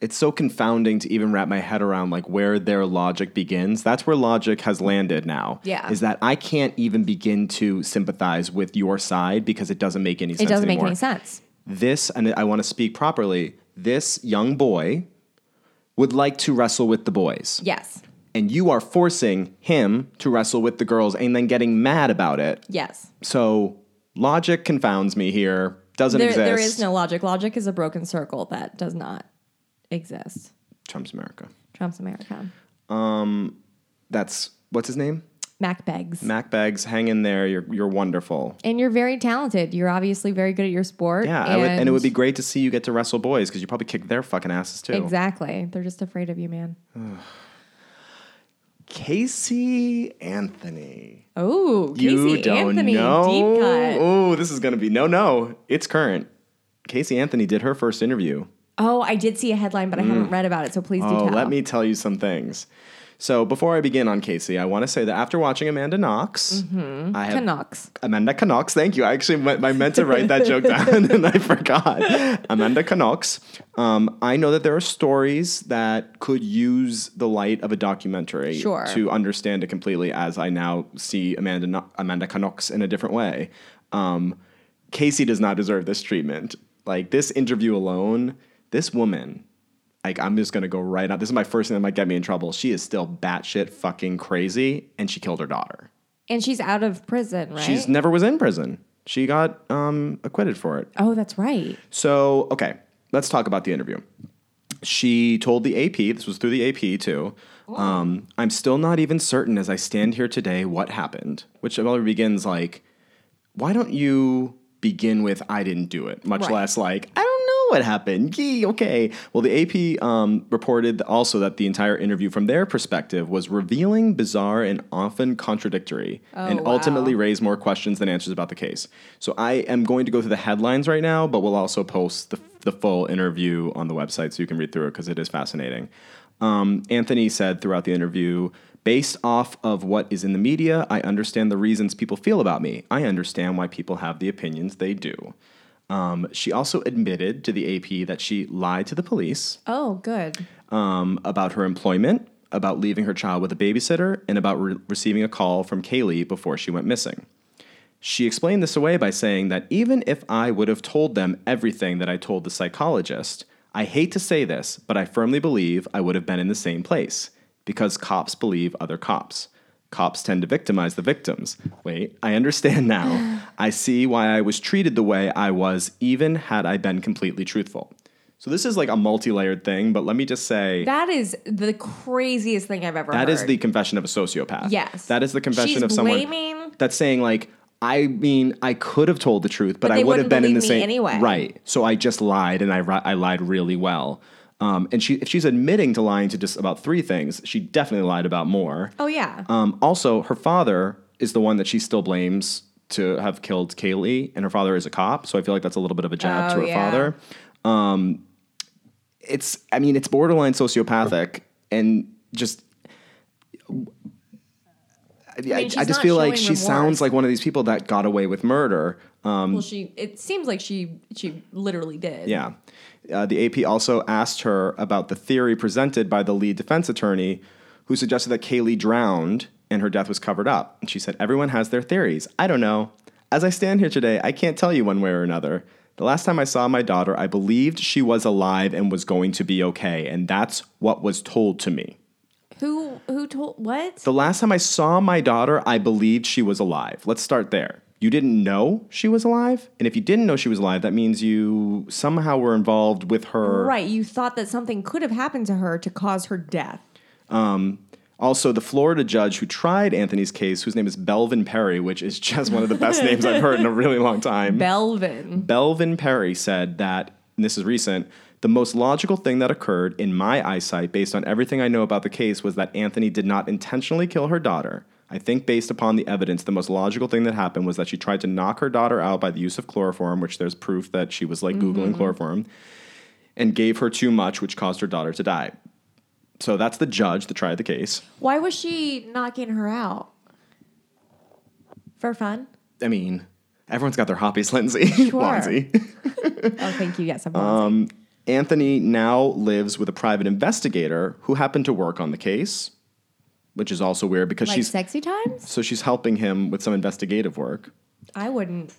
Speaker 4: it's so confounding to even wrap my head around like where their logic begins. That's where logic has landed now.
Speaker 5: Yeah.
Speaker 4: Is that I can't even begin to sympathize with your side because it doesn't make any
Speaker 5: It
Speaker 4: sense.
Speaker 5: doesn't make
Speaker 4: anymore.
Speaker 5: any sense.
Speaker 4: this, and I want to speak properly, this young boy would like to wrestle with the boys.
Speaker 5: Yes.
Speaker 4: And you are forcing him to wrestle with the girls and then getting mad about it.
Speaker 5: Yes.
Speaker 4: So logic confounds me here. Doesn't
Speaker 5: There,
Speaker 4: exist.
Speaker 5: there is no logic. Logic is a broken circle that does not exist.
Speaker 4: Trump's America.
Speaker 5: Trump's America.
Speaker 4: That's what's his name?
Speaker 5: Mac begs.
Speaker 4: Mac Bags, hang in there. You're you're wonderful.
Speaker 5: and you're very talented. You're obviously very good at your sport.
Speaker 4: Yeah, I would, and it would be great to see you get to wrestle boys because you probably kick their fucking asses too.
Speaker 5: Exactly. They're just afraid of you, man.
Speaker 4: Casey Anthony.
Speaker 5: Oh, Casey
Speaker 4: you don't
Speaker 5: Anthony,
Speaker 4: know.
Speaker 5: deep cut.
Speaker 4: Oh, this is gonna be no, no. It's current. Casey Anthony did her first interview.
Speaker 5: Oh, I did see a headline, but I haven't read about it, so please do
Speaker 4: Oh,
Speaker 5: tell.
Speaker 4: let me tell you some things. So before I begin on Casey, I want to say that after watching Amanda Knox,
Speaker 5: Mm-hmm.
Speaker 4: I have
Speaker 5: Canucks.
Speaker 4: Amanda Knox. Thank you. I actually meant, I meant to write that joke down [LAUGHS] and I forgot. Amanda Knox. Um, I know that there are stories that could use the light of a documentary
Speaker 5: Sure.
Speaker 4: to understand it completely. As I now see Amanda Kno- Amanda Knox in a different way. Um, Casey does not deserve this treatment. Like this interview alone, this woman. I like I'm just gonna go right out. This is my first thing that might get me in trouble. She is still batshit fucking crazy, and she killed her daughter.
Speaker 5: And she's out of prison, right?
Speaker 4: She's never was in prison. She got um, acquitted for it.
Speaker 5: oh, that's right.
Speaker 4: So, okay, let's talk about the interview. She told the AP, this was through the AP too, um, I'm still not even certain as I stand here today what happened, which already begins like, why don't you begin with I didn't do it, much
Speaker 5: Right.
Speaker 4: less like, I don't know what happened. Gee, okay. Well, the AP um, reported also that the entire interview from their perspective was revealing, bizarre, and often contradictory, and
Speaker 5: Oh, wow.
Speaker 4: ultimately raise more questions than answers about the case. So I am going to go through the headlines right now, but we'll also post the, the full interview on the website so you can read through it because it is fascinating. Um, Anthony said throughout the interview, based off of what is in the media, I understand the reasons people feel about me. I understand why people have the opinions they do. Um, she also admitted to the AP that she lied to the police
Speaker 5: Oh, good.
Speaker 4: um, about her employment, about leaving her child with a babysitter, and about re- receiving a call from Kaylee before she went missing. She explained this away by saying that even if I would have told them everything that I told the psychologist, I hate to say this, but I firmly believe I would have been in the same place because cops believe other cops. Cops tend to victimize the victims. Wait, I understand [LAUGHS] now. I see why I was treated the way I was, even had I been completely truthful. So, this is like a multi layered thing, but let me just say
Speaker 5: That is the craziest thing I've ever heard.
Speaker 4: that is the confession of a sociopath.
Speaker 5: Yes.
Speaker 4: That is the confession
Speaker 5: She's
Speaker 4: of someone
Speaker 5: blaming-
Speaker 4: that's saying like, I mean, I could have told the truth, but, I
Speaker 5: they
Speaker 4: would have
Speaker 5: wouldn't
Speaker 4: been in the
Speaker 5: believe me
Speaker 4: same
Speaker 5: anyway.
Speaker 4: Right. So I just lied, and I ri- I lied really well. Um, and she if she's admitting to lying to just about three things, she definitely lied about more.
Speaker 5: Oh, yeah.
Speaker 4: Um, also, her father is the one that she still blames to have killed Kaylee, and her father is a cop, so I feel like that's a little bit of a jab
Speaker 5: Oh,
Speaker 4: to her
Speaker 5: yeah.
Speaker 4: father. Um, it's, I mean, it's borderline sociopathic, and just. I, I,
Speaker 5: she's
Speaker 4: I just
Speaker 5: not
Speaker 4: feel like
Speaker 5: showing
Speaker 4: she
Speaker 5: remorse.
Speaker 4: sounds like one of these people that got away with murder.
Speaker 5: well, she. It seems like she. She literally did.
Speaker 4: Um, Yeah. Uh, the AP also asked her about the theory presented by the lead defense attorney, who suggested that Kaylee drowned and her death was covered up. And she said, Everyone has their theories. I don't know. As I stand here today, I can't tell you one way or another. The last time I saw my daughter, I believed she was alive and was going to be okay. And that's what was told to me.
Speaker 5: Who? Who told? What?
Speaker 4: The last time I saw my daughter, I believed she was alive. Let's start there. You didn't know she was alive? And if you didn't know she was alive, that means you somehow were involved with her.
Speaker 5: right. You thought that something could have happened to her to cause her death.
Speaker 4: Also, the Florida judge who tried Anthony's case, whose name is Belvin Perry, which is just one of the best names I've heard in a really long time.
Speaker 5: Belvin.
Speaker 4: Belvin Perry said that, and this is recent, the most logical thing that occurred in my eyesight, based on everything I know about the case, was that Anthony did not intentionally kill her daughter. I think, based upon the evidence, the most logical thing that happened was that she tried to knock her daughter out by the use of chloroform, which there's proof that she was like Googling chloroform, and gave her too much, which caused her daughter to die. So that's the judge that tried the case.
Speaker 5: Why was she knocking her out? For fun?
Speaker 4: I mean, everyone's got their hobbies, [LAUGHS] Lindsay. Lindsay.
Speaker 5: Oh, thank you. Yes, I'm. Um,
Speaker 4: Anthony now lives with a private investigator who happened to work on the case, which is also weird because
Speaker 5: like
Speaker 4: she's
Speaker 5: sexy times.
Speaker 4: so she's helping him with some investigative work.
Speaker 5: I wouldn't.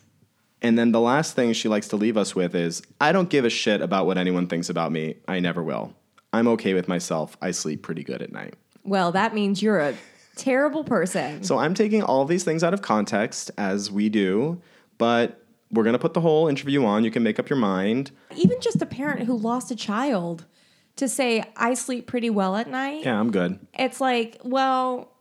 Speaker 4: And then the last thing she likes to leave us with is I don't give a shit about what anyone thinks about me. I never will. I'm okay with myself. I sleep pretty good at night.
Speaker 5: Well, that means you're a terrible person.
Speaker 4: So I'm taking all these things out of context as we do, but we're going to put the whole interview on. You can make up your mind.
Speaker 5: Even just a parent who lost a child to say, "I sleep pretty well at night."
Speaker 4: Yeah, I'm good.
Speaker 5: it's like, well,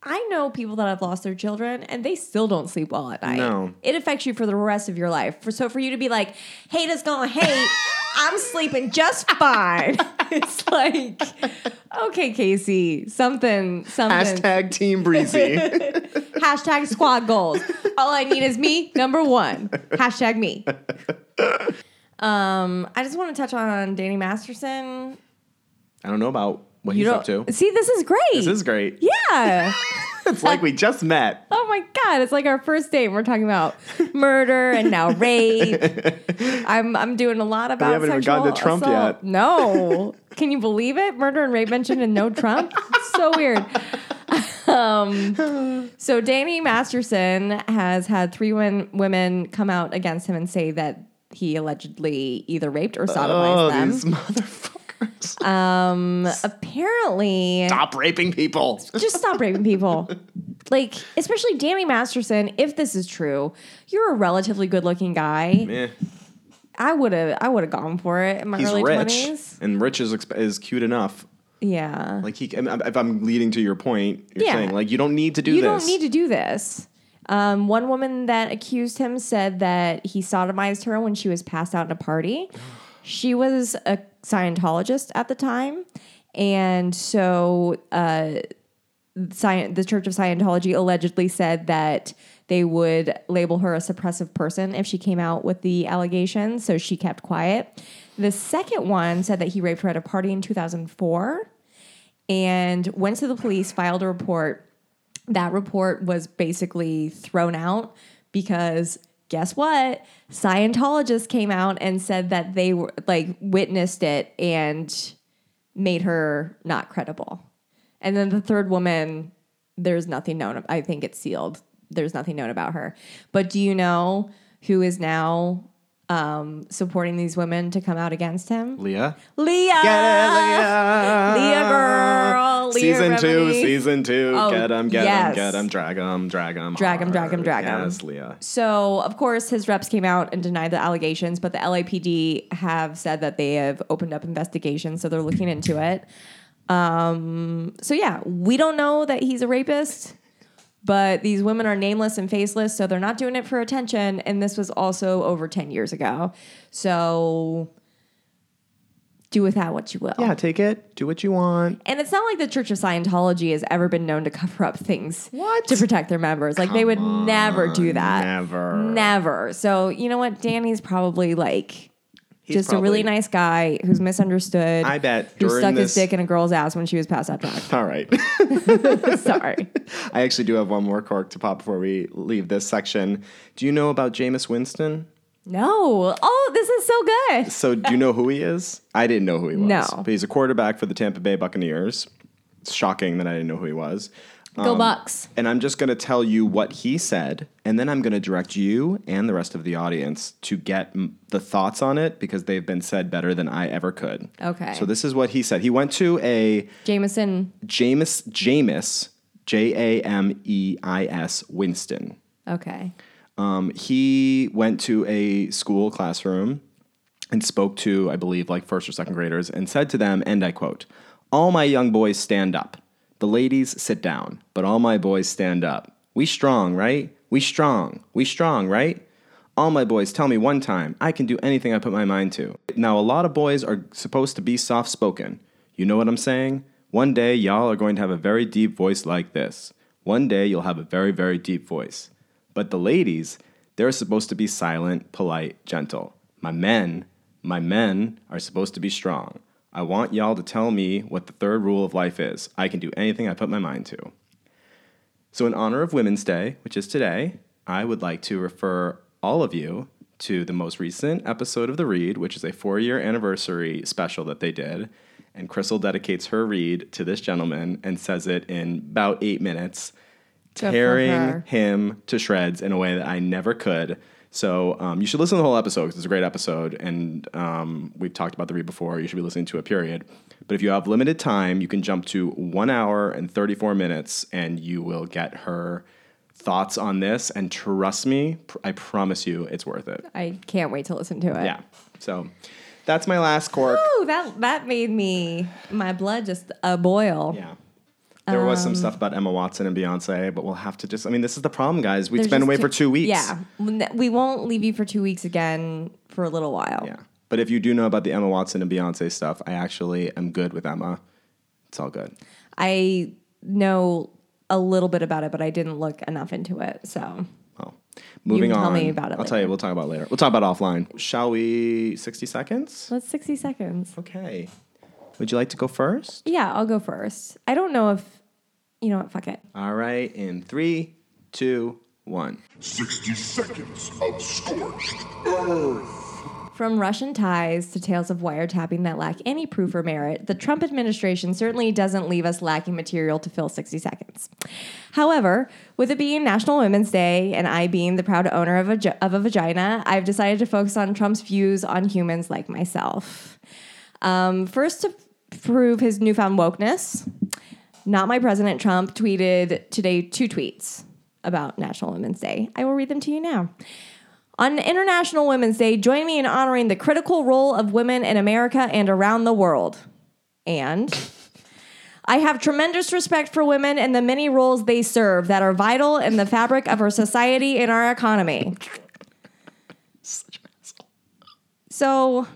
Speaker 5: I know people that have lost their children and they still don't sleep well at night.
Speaker 4: No.
Speaker 5: It affects you for the rest of your life. For, so for you to be like, hate is gonna
Speaker 4: [LAUGHS]
Speaker 5: hate, I'm sleeping just fine. it's like, okay, Casey, something, something. Hashtag,
Speaker 4: Hashtag Team Breezy.
Speaker 5: squad goals. All I need is me, number one. Hashtag me. Um, I just want to touch on Danny Masterson.
Speaker 4: I don't know about what he's up to.
Speaker 5: see, this is great.
Speaker 4: This is great.
Speaker 5: yeah.
Speaker 4: [LAUGHS] It's like we just met.
Speaker 5: [LAUGHS] Oh my god, it's like our first date. We're talking about murder and now rape.
Speaker 4: [LAUGHS]
Speaker 5: I'm I'm doing a lot about.
Speaker 4: haven't even
Speaker 5: sexual
Speaker 4: gotten to Trump
Speaker 5: assault.
Speaker 4: yet.
Speaker 5: No, can you believe it? Murder and rape mentioned and no Trump. It's so weird. Um, so Danny Masterson has had three win- women come out against him and say that he allegedly either raped or sodomized
Speaker 4: Oh,
Speaker 5: them.
Speaker 4: these motherfuckers.
Speaker 5: Apparently,
Speaker 4: Stop raping people.
Speaker 5: just stop raping people. Like, especially Danny Masterson, if this is true, you're a relatively good looking guy.
Speaker 4: Eh,
Speaker 5: [LAUGHS] I would have I would have gone for it in my
Speaker 4: he's
Speaker 5: early
Speaker 4: rich,
Speaker 5: twenties.
Speaker 4: and rich is exp- is cute enough.
Speaker 5: Yeah.
Speaker 4: Like he, I mean, if I'm leading to your point, you're
Speaker 5: Yeah.
Speaker 4: saying like you don't need to do
Speaker 5: you
Speaker 4: this.
Speaker 5: don't need to do this. Um, one woman that accused him said that he sodomized her when she was passed out in a party.
Speaker 4: [GASPS]
Speaker 5: She was a Scientologist at the time, and so uh, Sci- the Church of Scientology allegedly said that they would label her a suppressive person if she came out with the allegations, so she kept quiet. The second one said that he raped her at a party in 2004 and went to the police, filed a report. That report was basically thrown out because guess what? Scientologists came out and said that they were like witnessed it and made her not credible. And then the third woman, there's nothing known. I think it's sealed. There's nothing known about her. But do you know who is now um, supporting these women to come out against him?
Speaker 4: Leah.
Speaker 5: Leah.
Speaker 4: Get it, Leah.
Speaker 5: Ah, Leah girl. Leah
Speaker 4: season two,
Speaker 5: Remini.
Speaker 4: season two.
Speaker 5: Oh,
Speaker 4: get him, get him,
Speaker 5: yes.
Speaker 4: get him, drag him, drag him.
Speaker 5: Drag 'em, drag 'em, drag 'em.
Speaker 4: Yes, Leah.
Speaker 5: So, of course, his reps came out and denied the allegations, but the LAPD have said that they have opened up investigations, so they're looking into it. Um, so, yeah, we don't know that he's a rapist, but these women are nameless and faceless, so they're not doing it for attention. And this was also over 10 years ago. So, do with that what you will.
Speaker 4: Yeah, take it. Do what you want.
Speaker 5: And it's not like the Church of Scientology has ever been known to cover up things to protect their members. Like they would never do that.
Speaker 4: Never.
Speaker 5: Never. So you know what? Danny's probably like
Speaker 4: He's
Speaker 5: just a really
Speaker 4: probably-
Speaker 5: nice guy who's misunderstood.
Speaker 4: I bet
Speaker 5: Who
Speaker 4: during
Speaker 5: stuck his
Speaker 4: this-
Speaker 5: dick in a girl's ass when she was passed out
Speaker 4: [LAUGHS]
Speaker 5: drunk.
Speaker 4: All right.
Speaker 5: Sorry.
Speaker 4: I actually do have one more cork to pop before we leave this section. Do you know about Jameis Winston?
Speaker 5: No. Oh, this is so good.
Speaker 4: So, do you know who he is? I didn't know who he was.
Speaker 5: No.
Speaker 4: But he's a quarterback for the Tampa Bay Buccaneers. It's shocking that I didn't know who he was. Um,
Speaker 5: Go Bucks.
Speaker 4: And I'm just going to tell you what he said, and then I'm going to direct you and the rest of the audience to get m- the thoughts on it because they've been said better than I ever could.
Speaker 5: Okay.
Speaker 4: So this is what he said. He went to a
Speaker 5: Jameson.
Speaker 4: Jameis Jameis J A M E I S Winston.
Speaker 5: Okay.
Speaker 4: Um, he went to a school classroom and spoke to, I believe, like first or second graders and said to them, and I quote, All my young boys stand up. The ladies sit down, but all my boys stand up. We strong, right? We strong. We strong, right? All my boys tell me one time, I can do anything I put my mind to. Now, a lot of boys are supposed to be soft spoken. You know what I'm saying? One day, y'all are going to have a very deep voice like this. One day, you'll have a very, very deep voice. But the ladies, they're supposed to be silent, polite, gentle. My men, my men are supposed to be strong. I want y'all to tell me what the third rule of life is. I can do anything I put my mind to. So, in honor of Women's Day, which is today, I would like to refer all of you to the most recent episode of The Read, which is a four year anniversary special that they did. And Crystal dedicates her read to this gentleman and says it in about eight minutes,
Speaker 5: for
Speaker 4: tearing
Speaker 5: her.
Speaker 4: him to shreds in a way that I never could. So um, you should listen to the whole episode because it's a great episode, and um, we've talked about the read before. You should be listening to it, period. But if you have limited time, you can jump to one hour and thirty-four minutes, and you will get her thoughts on this. And trust me, pr- I promise you, it's worth it.
Speaker 5: I can't wait to listen to it.
Speaker 4: Yeah. So that's my last cork.
Speaker 5: Oh, that that made me my blood just a boil.
Speaker 4: Yeah. There was
Speaker 5: Um,
Speaker 4: some stuff about Emma Watson and Beyonce, but we'll have to just. I mean, this is the problem, guys. We've
Speaker 5: There's
Speaker 4: been
Speaker 5: just
Speaker 4: away
Speaker 5: too-
Speaker 4: for two weeks.
Speaker 5: Yeah. We won't leave you for two weeks again for a little while.
Speaker 4: Yeah. But if you do know about the Emma Watson and Beyonce stuff, I actually am good with Emma. It's all good.
Speaker 5: I know a little bit about it, but I didn't look enough into it. So
Speaker 4: Well, moving
Speaker 5: can
Speaker 4: on.
Speaker 5: tell me about it
Speaker 4: I'll tell you.
Speaker 5: later.
Speaker 4: We'll talk about it later. We'll talk about it offline. Shall we? Sixty seconds.
Speaker 5: that's 60 seconds.
Speaker 4: Okay. Would you like to go first?
Speaker 5: Yeah, I'll go first. I don't know if, you know what, fuck it.
Speaker 4: All right. In three, two, one.
Speaker 6: 60 seconds of scorched
Speaker 5: From Russian ties to tales of wiretapping that lack any proof or merit, the Trump administration certainly doesn't leave us lacking material to fill 60 seconds. However, with it being National Women's Day and I being the proud owner of a, gi- of a vagina, I've decided to focus on Trump's views on humans like myself. Um, first, to prove his newfound wokeness, not my president Trump tweeted today two tweets about National Women's Day. I will read them to you now. On International Women's Day, join me in honoring the critical role of women in America and around the world. And I have tremendous respect for women and the many roles they serve that are vital in the fabric of our society and our economy. So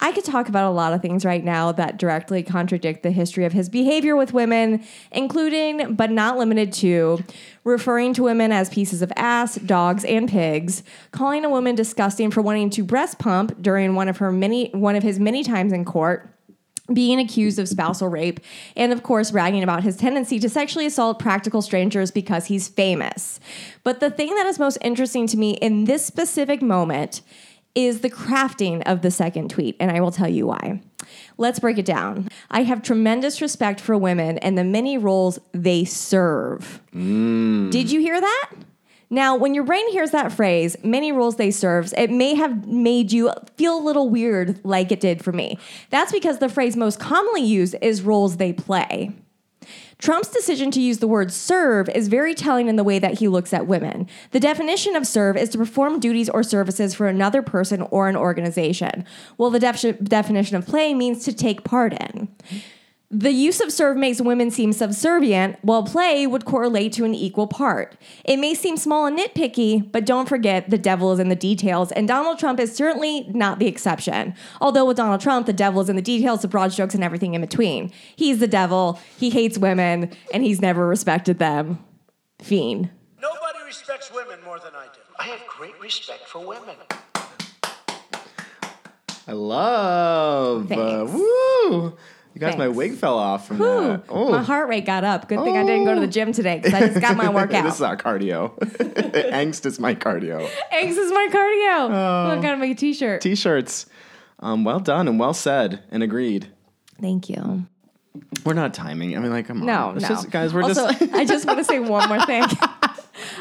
Speaker 5: I could talk about a lot of things right now that directly contradict the history of his behavior with women, including but not limited to referring to women as pieces of ass, dogs, and pigs, calling a woman disgusting for wanting to breast pump during one of her many one of his many times in court being accused of spousal rape, and of course, bragging about his tendency to sexually assault practical strangers because he's famous. But the thing that is most interesting to me in this specific moment is the crafting of the second tweet, and I will tell you why. Let's break it down. I have tremendous respect for women and the many roles they serve. Did you hear that? Now, when your brain hears that phrase, many roles they serves, it may have made you feel a little weird like it did for me. That's because the phrase most commonly used is roles they play. Trump's decision to use the word serve is very telling in the way that he looks at women. The definition of serve is to perform duties or services for another person or an organization, while the defi- definition of play means to take part in. The use of serve makes women seem subservient, while play would correlate to an equal part. It may seem small and nitpicky, but don't forget the devil is in the details, and Donald Trump is certainly not the exception. Although with Donald Trump, the devil is in the details, the broad strokes, and everything in between. He's the devil, he hates women, and he's never respected them. Fiend.
Speaker 7: Nobody respects women more than I do. I have great respect for women.
Speaker 4: I love. Uh,
Speaker 5: Thanks.
Speaker 4: woo! You guys, my
Speaker 5: Thanks.
Speaker 4: wig fell off from
Speaker 5: Whew,
Speaker 4: that. Oh,
Speaker 5: Uh, My heart rate got up. Good thing I didn't go to the gym today because I just got
Speaker 4: [LAUGHS]
Speaker 5: my workout.
Speaker 4: this is not cardio. [LAUGHS] Angst is my cardio.
Speaker 5: Eggs is my cardio.
Speaker 4: Oh.
Speaker 5: Look, I gotta make a t-shirt.
Speaker 4: T-shirts. Um, well done and well said and agreed.
Speaker 5: Thank you.
Speaker 4: We're not timing. I mean, like, come on.
Speaker 5: No,
Speaker 4: It's
Speaker 5: no.
Speaker 4: just- guys, we're
Speaker 5: also,
Speaker 4: just.
Speaker 5: I just want to say one more thing.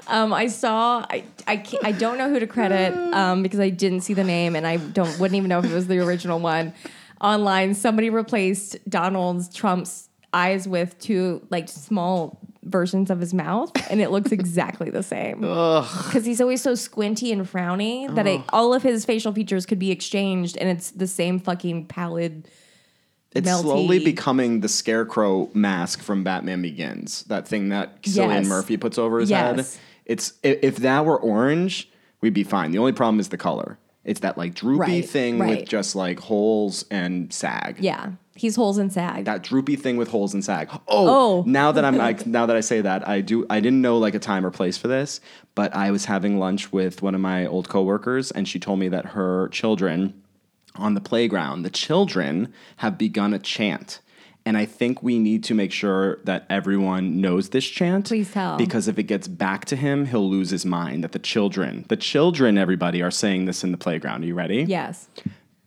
Speaker 5: Um, I saw. I, I can't- I don't know who to credit um, because I didn't see the name and I don't wouldn't even know if it was the original one. Online, somebody replaced Donald's Trump's eyes with two like small versions of his mouth, and it looks exactly the same.
Speaker 4: [LAUGHS]
Speaker 5: Because he's always so squinty and frowny that it,
Speaker 4: Oh.
Speaker 5: all of his facial features could be exchanged, and it's the same fucking pallid.
Speaker 4: [LAUGHS] It's slowly
Speaker 5: melty.
Speaker 4: becoming the scarecrow mask from Batman Begins. That thing that Cillian
Speaker 5: Yes.
Speaker 4: Murphy puts over his head.
Speaker 5: Yes.
Speaker 4: It's i- if that were orange, we'd be fine. The only problem is the color. It's that like droopy
Speaker 5: Right,
Speaker 4: thing with
Speaker 5: right.
Speaker 4: just like holes and sag.
Speaker 5: Yeah, he's holes and sag.
Speaker 4: That droopy thing with holes and sag. Oh,
Speaker 5: Oh.
Speaker 4: now that I'm I, now that I say that, I do I didn't know like a time or place for this, but I was having lunch with one of my old coworkers and she told me that her children on the playground, the children have begun a chant. And I think we need to make sure that everyone knows this chant.
Speaker 5: Please tell.
Speaker 4: Because if it gets back to him, he'll lose his mind. That the children, the children, everybody are saying this in the playground. Are you ready?
Speaker 5: yes.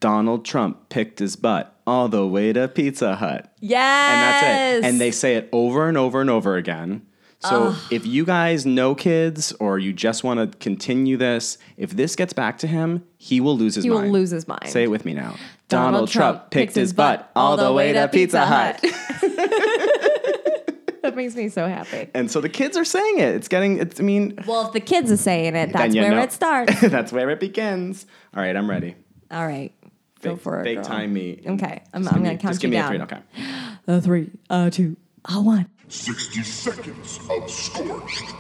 Speaker 4: Donald Trump picked his butt all the way to Pizza Hut. And
Speaker 5: Yes.
Speaker 4: that's it. And they say it over and over and over again. So if you guys know kids or you just want to continue this, if this gets back to him, he will lose his
Speaker 5: He will
Speaker 4: mind.
Speaker 5: lose his mind.
Speaker 4: Say it with me now.
Speaker 5: Donald Trump
Speaker 4: picked his butt all the way to Pizza Hut.
Speaker 5: [LAUGHS] that makes me so happy.
Speaker 4: And so the kids are saying it. It's getting, it's, I mean,
Speaker 5: Well, if the kids are saying it, that's
Speaker 4: you
Speaker 5: where
Speaker 4: know.
Speaker 5: it [LAUGHS] starts.
Speaker 4: [LAUGHS] that's where it begins. All right, I'm ready.
Speaker 5: All right. Go
Speaker 4: Fake-
Speaker 5: for it.
Speaker 4: Fake
Speaker 5: girl.
Speaker 4: time me.
Speaker 5: Okay. I'm,
Speaker 4: Just
Speaker 5: I'm
Speaker 4: give me-
Speaker 5: going to count
Speaker 4: Just
Speaker 5: you
Speaker 4: give me
Speaker 5: down.
Speaker 4: a three. Okay.
Speaker 5: [GASPS] A three, a two, a one.
Speaker 6: 60 seconds of scorched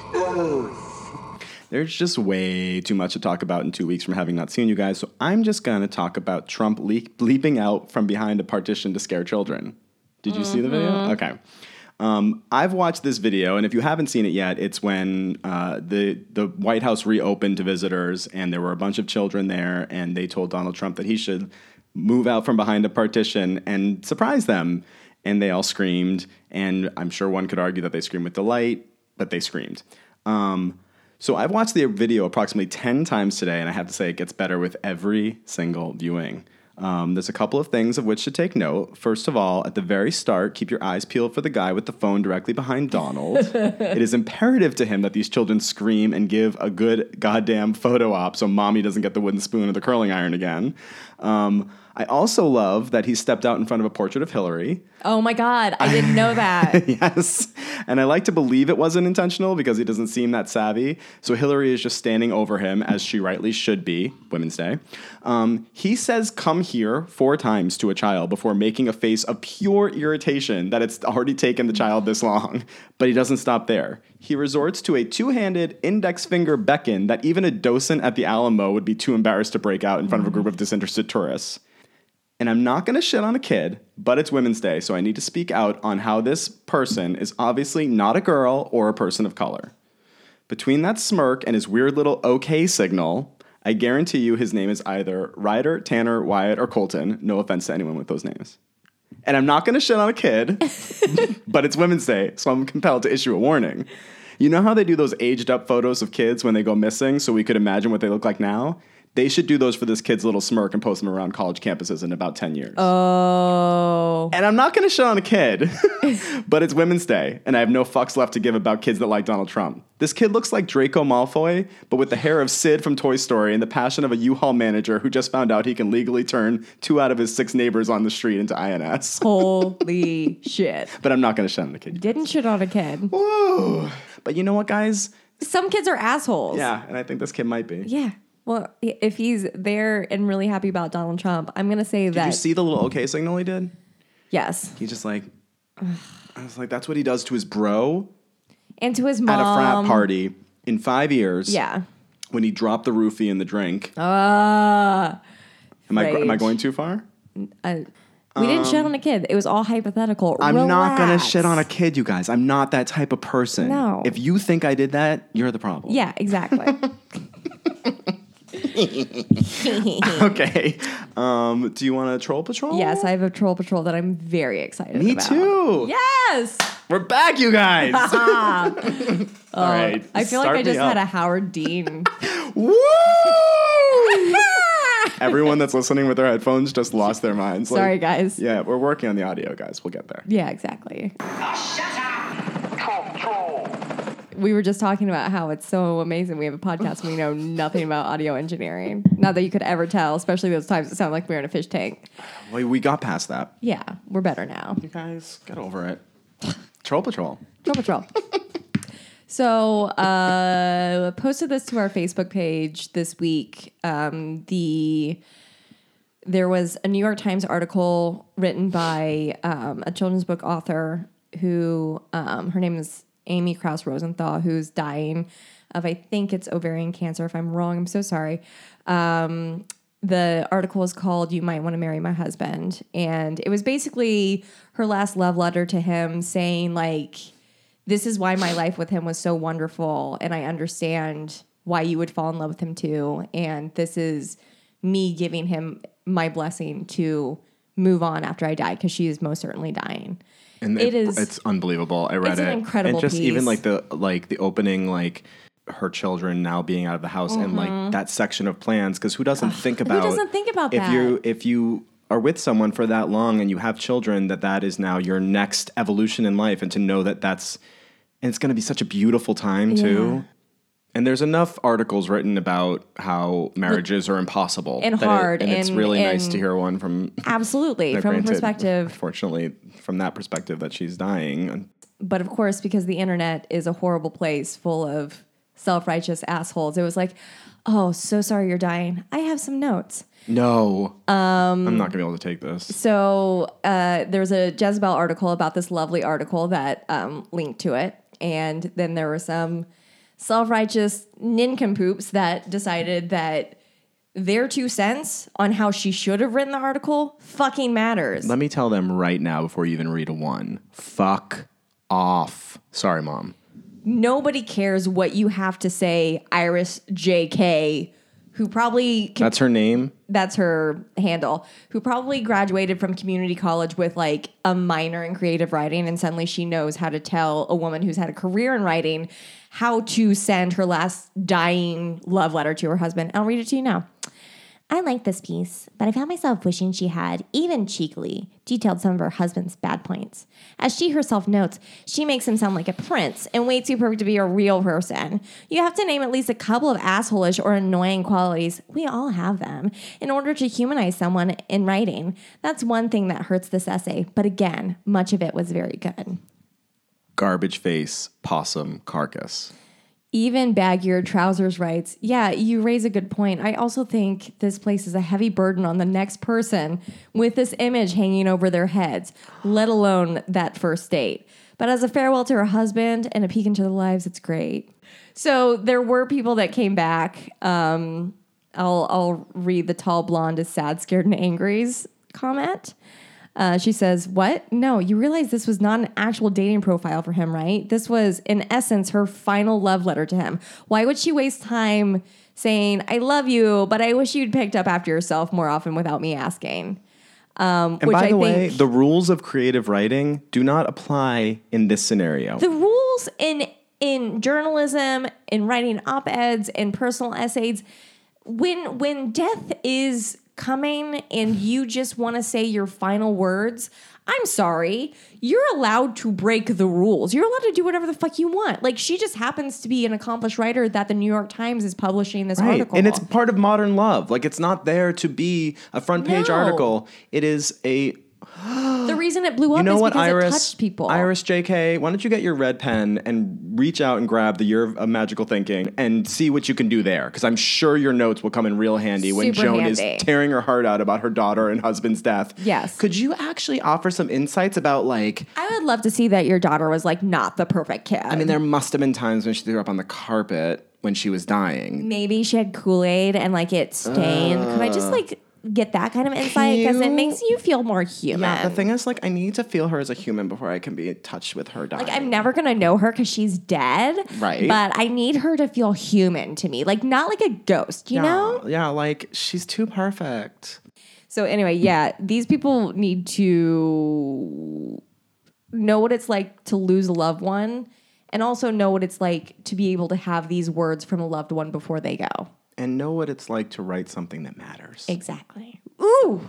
Speaker 4: There's just way too much to talk about in two weeks from having not seen you guys, so I'm just gonna talk about Trump leak, leaping out from behind a partition to scare children. Did you see the video? Okay. Um, I've watched this video, and if you haven't seen it yet, it's when uh, the the White House reopened to visitors, and there were a bunch of children there, and they told Donald Trump that he should move out from behind a partition and surprise them, and they all screamed, and I'm sure one could argue that they screamed with delight, but they screamed. Um, so I've watched the video approximately 10 times today, and I have to say it gets better with every single viewing. Um, there's a couple of things of which to take note. First of all, at the very start, keep your eyes peeled for the guy with the phone directly behind Donald. it is imperative to him that these children scream and give a good goddamn photo op so mommy doesn't get the wooden spoon or the curling iron again. Um, I also love that he stepped out in front of a portrait of Hillary.
Speaker 5: Oh my God, I didn't know that.
Speaker 4: [LAUGHS] yes. And I like to believe it wasn't intentional because he doesn't seem that savvy. So Hillary is just standing over him, as she rightly should be, Women's Day. Um, he says, come here four times to a child before making a face of pure irritation that it's already taken the child this long. But he doesn't stop there. He resorts to a two handed index finger beckon that even a docent at the Alamo would be too embarrassed to break out in front of a group of disinterested tourists. And I'm not going to shit on a kid, but it's Women's Day, so I need to speak out on how this person is obviously not a girl or a person of color. Between that smirk and his weird little okay signal, I guarantee you his name is either Ryder, Tanner, Wyatt, or Colton. No offense to anyone with those names. And I'm not going to shit on a kid, but it's Women's Day, so I'm compelled to issue a warning. You know how they do those aged up photos of kids when they go missing so we could imagine what they look like now? They should do those for this kid's little smirk and post them around college campuses in about 10 years.
Speaker 5: [LAUGHS] Oh.
Speaker 4: And I'm not going to shit on a kid, [LAUGHS] but it's Women's Day, and I have no fucks left to give about kids that like Donald Trump. This kid looks like Draco Malfoy, but with the hair of Sid from Toy Story and the passion of a U-Haul manager who just found out he can legally turn two out of his six neighbors on the street into INS.
Speaker 5: Oh. Holy shit.
Speaker 4: But I'm not going to shit on the kid.
Speaker 5: Didn't shit on a kid.
Speaker 4: Whoa. But you know what, guys?
Speaker 5: Some kids are assholes.
Speaker 4: Yeah, and I think this kid might be.
Speaker 5: Yeah. Well, if he's there and really happy about Donald Trump, I'm going to say
Speaker 4: Did
Speaker 5: that.
Speaker 4: you see the little okay signal he did?
Speaker 5: yes.
Speaker 4: He just like, I was like, that's what he does to his bro
Speaker 5: And to his
Speaker 4: at
Speaker 5: mom.
Speaker 4: a frat party in five years.
Speaker 5: Um, Yeah. Oh,
Speaker 4: When he dropped the roofie in the drink.
Speaker 5: Uh,
Speaker 4: Am I, am I
Speaker 5: Rage.
Speaker 4: going too far?
Speaker 5: I- we didn't shit on a kid. It was all hypothetical.
Speaker 4: Um, I'm not going to
Speaker 5: Relax.
Speaker 4: shit on a kid, you guys. I'm not that type of person.
Speaker 5: No.
Speaker 4: If you think I did that, you're the problem.
Speaker 5: [LAUGHS] Yeah,
Speaker 4: [LAUGHS]
Speaker 5: exactly.
Speaker 4: Okay. Um, do you want to troll patrol?
Speaker 5: yes, I have a troll patrol that I'm very excited
Speaker 4: Me
Speaker 5: about.
Speaker 4: too. [LAUGHS]
Speaker 5: Yes. [LAUGHS]
Speaker 4: We're back, you guys. All right.
Speaker 5: Oh, I feel like
Speaker 4: Start
Speaker 5: I
Speaker 4: me
Speaker 5: just had a
Speaker 4: up.
Speaker 5: Howard
Speaker 4: [LAUGHS]
Speaker 5: Dean. [LAUGHS]
Speaker 4: Woo! Everyone that's listening with their headphones just lost their minds. Like,
Speaker 5: Sorry, guys.
Speaker 4: Yeah, we're working on the audio, guys. We'll get there.
Speaker 5: Yeah, exactly.
Speaker 6: Control.
Speaker 5: We were just talking about how it's so amazing. We have a podcast and we [LAUGHS] know nothing about audio engineering. Not that you could ever tell, especially those times it sounded like we were in a fish tank.
Speaker 4: Well, we got past that.
Speaker 5: Yeah, we're better now.
Speaker 4: You guys, get over it. Troll patrol.
Speaker 5: Troll Patrol. [LAUGHS] so uh posted this to our Facebook page this week. Um, the there was a New York Times article written by um, a children's book author who um, her name is Amy Krauss Rosenthal, who's dying of I think it's ovarian cancer. If I'm wrong, I'm so sorry. Um, the article is called "You Might Want to Marry My Husband," and it was basically her last love letter to him, saying like, "This is why my life with him was so wonderful, and I understand why you would fall in love with him too, and this is." me giving him my blessing to move on after I die because she is most certainly dying.
Speaker 4: And
Speaker 5: It is-
Speaker 4: It's unbelievable. I read
Speaker 5: it's
Speaker 4: it.
Speaker 5: an incredible
Speaker 4: And just
Speaker 5: piece.
Speaker 4: even like the like the opening, like her children now being out of the house, and like that section of plans. Because who doesn't think about
Speaker 5: Mm-hmm. doesn't think about
Speaker 4: if
Speaker 5: that?
Speaker 4: you if you are with someone for that long and you have children that that is now your next evolution in life, and to know that that's and it's going to be such a beautiful time too. And there's enough articles written about how marriages are impossible
Speaker 5: And
Speaker 4: that it-
Speaker 5: hard,
Speaker 4: and, it's
Speaker 5: and-
Speaker 4: really nice
Speaker 5: and-
Speaker 4: to hear one from
Speaker 5: Absolutely,
Speaker 4: now,
Speaker 5: from
Speaker 4: granted,
Speaker 5: a perspective,
Speaker 4: Unfortunately, from that perspective, that she's dying.
Speaker 5: but of course, because the internet is a horrible place full of self righteous assholes, it was like, oh, so sorry you're dying. I have some notes.
Speaker 4: No, um, I'm not gonna be able to take this.
Speaker 5: So uh, there was a Jezebel article about this lovely article that um, linked to it, and then there were some self-righteous nincompoops that decided that their two cents on how she should have written the article fucking matters.
Speaker 4: Let me tell them right now before you even read a one. Fuck off. Sorry, mom.
Speaker 5: Nobody cares what you have to say, Iris J.K., who probably can
Speaker 4: That's her name.
Speaker 5: that's her handle, who probably graduated from community college with like a minor in creative writing, and suddenly she knows how to tell a woman who's had a career in writing how to send her last dying love letter to her husband. I'll read it to you now.
Speaker 8: I like this piece, but I found myself wishing she had, even cheekily, detailed some of her husband's bad points. As she herself notes, she makes him sound like a prince and way too perfect to be a real person. You have to name at least a couple of assholish or annoying qualities. We all have them in order to humanize someone in writing. That's one thing that hurts this essay, but again, much of it was very good.
Speaker 4: Garbage face, possum, carcass.
Speaker 5: even bag your trousers rights. Yeah, you raise a good point. I also think this places a heavy burden on the next person with this image hanging over their heads, let alone that first date. But as a farewell to her husband and a peek into their lives, it's great. So there were people that came back. Um, I'll I'll read the tall blonde is sad, scared, and angry's comment. Uh, she says, What? No, you realize this was not an actual dating profile for him, right? This was, in essence, her final love letter to him. Why would she waste time saying, I love you, but I wish you'd picked up after yourself more often without me asking? Um,
Speaker 4: And
Speaker 5: which
Speaker 4: by
Speaker 5: I
Speaker 4: the
Speaker 5: think
Speaker 4: way, the rules of creative writing do not apply in this scenario.
Speaker 8: the rules in in journalism in writing op-eds in personal essays when when death is coming and you just want to say your final words i'm sorry you're allowed to break the rules you're allowed to do whatever the fuck you want like she just happens to be an accomplished writer that the new york times is publishing this
Speaker 4: Right.
Speaker 8: article
Speaker 4: And it's part of modern love. Like it's not there to be a front page
Speaker 8: No.
Speaker 4: article. It is a
Speaker 8: the reason it blew up
Speaker 4: you know
Speaker 8: is
Speaker 4: what,
Speaker 8: because
Speaker 4: Iris
Speaker 8: it touched people
Speaker 4: Iris JK, why don't you get your red pen and reach out and grab the year of of magical thinking and see what you can do there? Because I'm sure your notes will come in real handy when
Speaker 5: Super
Speaker 4: Joan
Speaker 5: handy.
Speaker 4: is tearing her heart out about her daughter and husband's death.
Speaker 5: Yes.
Speaker 4: Could you actually offer some insights about like
Speaker 8: i would love to see that your daughter was like not the perfect kid
Speaker 4: I mean, there must have been times when she threw up on the carpet when she was dying.
Speaker 8: maybe she had Kool Aid and like it stained. Could I
Speaker 4: Uh.
Speaker 8: just like get that kind of insight because it
Speaker 4: you-
Speaker 8: makes you feel more human.
Speaker 4: Yeah, the thing is, like, I need to feel her as a human before I can be in touch with her dying.
Speaker 8: like I'm never gonna know her because she's dead.
Speaker 4: Right.
Speaker 8: But I need her to feel human to me, like not like a ghost. You
Speaker 4: yeah,
Speaker 8: know.
Speaker 4: yeah, like she's too perfect.
Speaker 5: So anyway, yeah, these people need to know what it's like to lose a loved one and also know what it's like to be able to have these words from a loved one before they go.
Speaker 4: And know what it's like to write something that matters.
Speaker 8: Exactly.
Speaker 5: Ooh.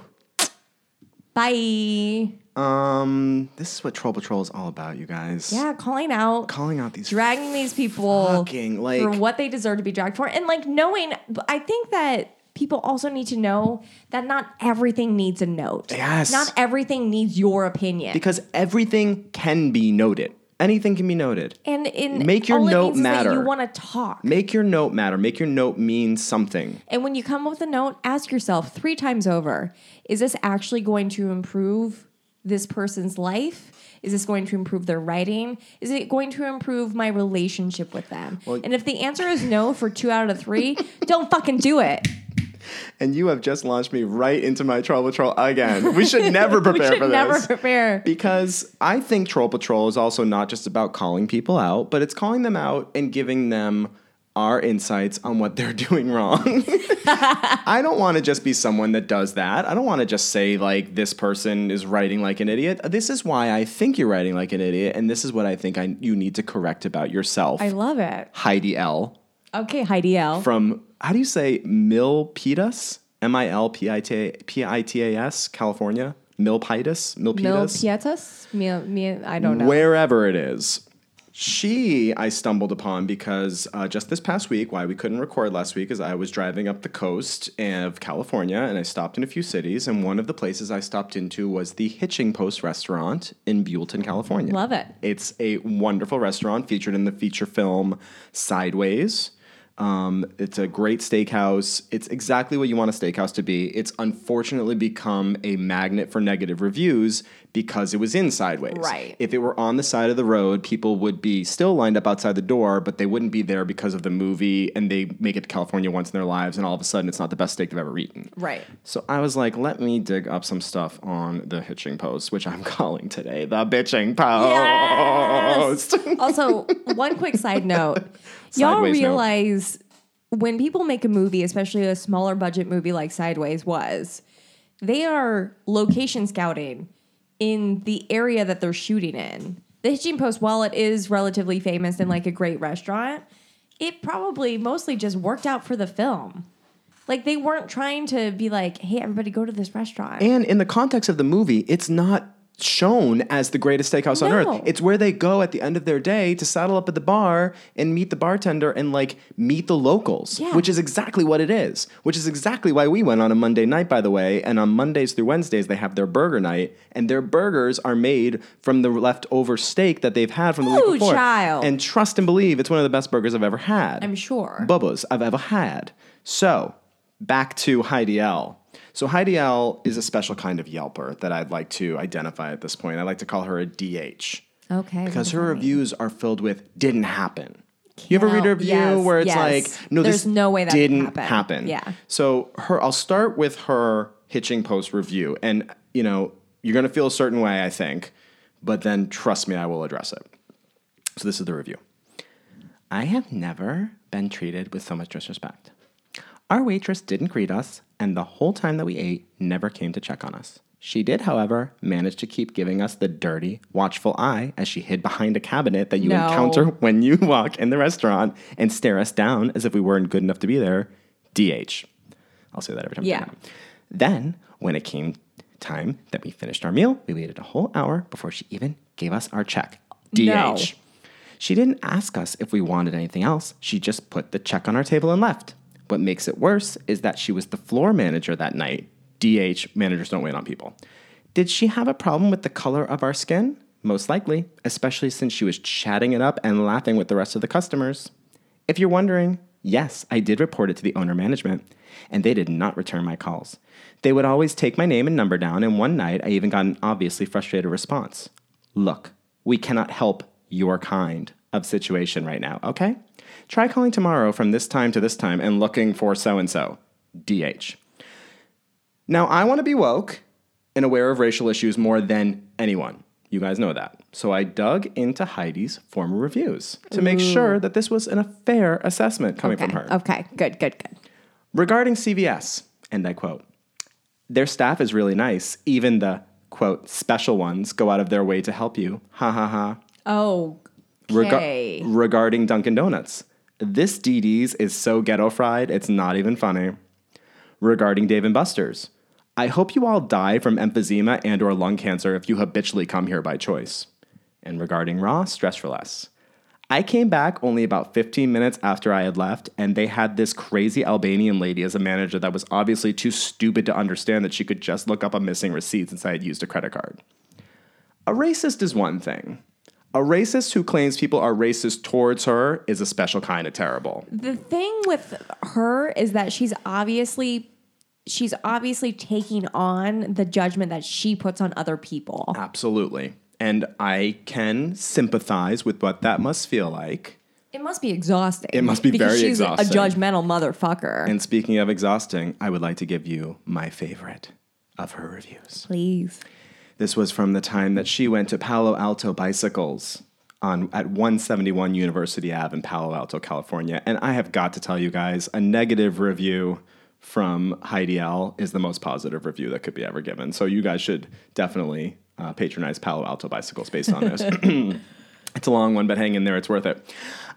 Speaker 5: Bye.
Speaker 4: Um, this is what Troll Patrol is all about, you guys.
Speaker 5: Yeah, calling out,
Speaker 4: Calling out these
Speaker 5: dragging these people
Speaker 4: Fucking, like-
Speaker 5: for what they deserve to be dragged for. And like knowing, I think that people also need to know that not everything needs a note.
Speaker 4: Yes.
Speaker 5: Not everything needs your opinion.
Speaker 4: because everything can be noted. Anything can be noted.
Speaker 5: and in
Speaker 4: Make your
Speaker 5: all it
Speaker 4: note
Speaker 5: means is that
Speaker 4: matter.
Speaker 5: you want to talk.
Speaker 4: Make your note matter. Make your note mean something.
Speaker 5: And when you come up with a note, ask yourself three times over is this actually going to improve this person's life? Is this going to improve their writing? Is it going to improve my relationship with them? and if the answer is no for two out of three, don't fucking do it.
Speaker 4: And you have just launched me right into my Troll Patrol again.
Speaker 5: [LAUGHS]
Speaker 4: We should never [LAUGHS] prepare
Speaker 5: Should
Speaker 4: for
Speaker 5: never
Speaker 4: this.
Speaker 5: prepare.
Speaker 4: Because I think Troll Patrol is also not just about calling people out, but it's calling them out and giving them our insights on what they're [LAUGHS] doing wrong. I don't want to just be someone that does that. I don't want to just say, like, this person is writing like an idiot. This is why I think you're writing like an idiot, and this is what I think I, you need to correct about yourself.
Speaker 5: I love it.
Speaker 4: Heidi L.
Speaker 5: Okay, Heidi L.
Speaker 4: from, how do you say, Milpitas? M I L P I T P I T A S, California? Milpitas? Milpitas?
Speaker 5: Mil Pietas? Mil, Mil, I don't know.
Speaker 4: wherever it is. She I stumbled upon because uh, just this past week, why we couldn't record last week is I was driving up the coast of California and I stopped in a few cities. And one of the places I stopped into was the Hitching Post restaurant in Buellton, California.
Speaker 5: Love it.
Speaker 4: It's a wonderful restaurant featured in the feature film Sideways. Um, it's a great steakhouse. It's exactly what you want a steakhouse to be. It's unfortunately become a magnet for negative reviews because it was in Sideways.
Speaker 5: Right.
Speaker 4: If it were on the side of the road, people would be still lined up outside the door, but they wouldn't be there because of the movie and they make it to California once in their lives and all of a sudden it's not the best steak they've ever eaten.
Speaker 5: Right.
Speaker 4: So I was like, let me dig up some stuff on the Hitching Post, which I'm [LAUGHS] calling today the Bitching Post. [LAUGHS]
Speaker 5: also, one quick side note. Y'all
Speaker 4: Sideways note.
Speaker 5: realize when people make a movie, especially a smaller budget movie like Sideways was, they are location scouting in the area that they're shooting in. The Hitching Post, while it is relatively famous and like a great restaurant, it probably mostly just worked out for the film.
Speaker 8: Like they weren't trying to be like, hey, everybody go to this restaurant.
Speaker 4: And in the context of the movie, it's not shown as the greatest steakhouse on
Speaker 8: No.
Speaker 4: earth. It's where they go at the end of their day to saddle up at the bar and meet the bartender and like meet the locals,
Speaker 8: Yeah.
Speaker 4: which is exactly what it is. Which is exactly why we went on a Monday night by the way, and on Mondays through Wednesdays they have their burger night and their burgers are made from the leftover steak that they've had from the
Speaker 8: Ooh,
Speaker 4: week before.
Speaker 8: child.
Speaker 4: And trust and believe it's one of the best burgers I've ever had.
Speaker 8: I'm sure.
Speaker 4: Bubba's I've ever had. So back to Heidi L. So Heidi L is a special kind of Yelper that I'd like to identify at this point. I like to call her a DH
Speaker 8: okay.
Speaker 4: because her reviews are filled with "didn't happen." You ever read a review
Speaker 8: yes,
Speaker 4: where it's
Speaker 8: yes.
Speaker 4: like, "No,
Speaker 8: There's
Speaker 4: this
Speaker 8: no way that could
Speaker 4: didn't
Speaker 8: happen. Yeah.
Speaker 4: So her, I'll start with her Hitching Post review, and you know you're gonna feel a certain way, I think, but then trust me, I will address it. So this is the review. I have never been treated with so much disrespect. Our waitress didn't greet us, and the whole time that we ate, never came to check on us. She did, however, manage to keep giving us the dirty, watchful eye as she hid behind a cabinet that you
Speaker 5: No.
Speaker 4: encounter [LAUGHS] when you walk in the restaurant and stare us down as if we weren't good enough to be there. DH. I'll say that every time.
Speaker 5: Yeah.
Speaker 4: Then, when it came time that we finished our meal, we waited a whole hour before she even gave us our check. DH.
Speaker 5: No.
Speaker 4: She didn't ask us if we wanted anything else. She just put the check on our table and left. What makes it worse is that she was the floor manager that night. DH, managers don't wait on people. Did she have a problem with the color of our skin? Most likely, especially since she was chatting it up and laughing with the rest of the customers. If you're wondering, yes, I did report it to the owner management, and they did not return my calls. They would always take my name and number down, and one night I even got an obviously frustrated response Look, we cannot help your kind of situation right now, okay? Try calling tomorrow from this time to this time and looking for so and so. DH. Now, I want to be woke and aware of racial issues more than anyone. You guys know that. So I dug into Heidi's former reviews to make sure that this was an, a fair assessment coming from her.
Speaker 8: Okay. Good. Good. Good.
Speaker 4: Regarding CVS, and I quote, their staff is really nice. Even the quote special ones go out of their way to help you. Ha ha ha.
Speaker 5: Oh,
Speaker 4: Rega-
Speaker 5: Okay.
Speaker 4: regarding Dunkin' Donuts. This DD's is so ghetto fried, it's not even funny. Regarding Dave and Buster's. I hope you all die from emphysema and or lung cancer if you habitually come here by choice. And regarding Ross, stress for less. I came back only about 15 minutes after I had left, and they had this crazy Albanian lady as a manager that was obviously too stupid to understand that she could just look up a missing receipt since I had used a credit card. A racist is one thing. A racist who claims people are racist towards her is a special kind of terrible.
Speaker 8: The thing with her is that she's obviously she's obviously taking on the judgment that she puts on other people.
Speaker 4: Absolutely. And I can sympathize with what that must feel like.
Speaker 8: It must be exhausting.
Speaker 4: It must be
Speaker 8: because
Speaker 4: very
Speaker 8: she's
Speaker 4: exhausting.
Speaker 8: a judgmental motherfucker.
Speaker 4: And speaking of exhausting, I would like to give you my favorite of her reviews.
Speaker 8: Please.
Speaker 4: This was from the time that she went to Palo Alto Bicycles on at 171 University Ave in Palo Alto, California. And I have got to tell you guys, a negative review from Heidi L is the most positive review that could be ever given. So you guys should definitely uh, patronize Palo Alto Bicycles based on
Speaker 5: [LAUGHS]
Speaker 4: this. It's a long one, but hang in there, it's worth it.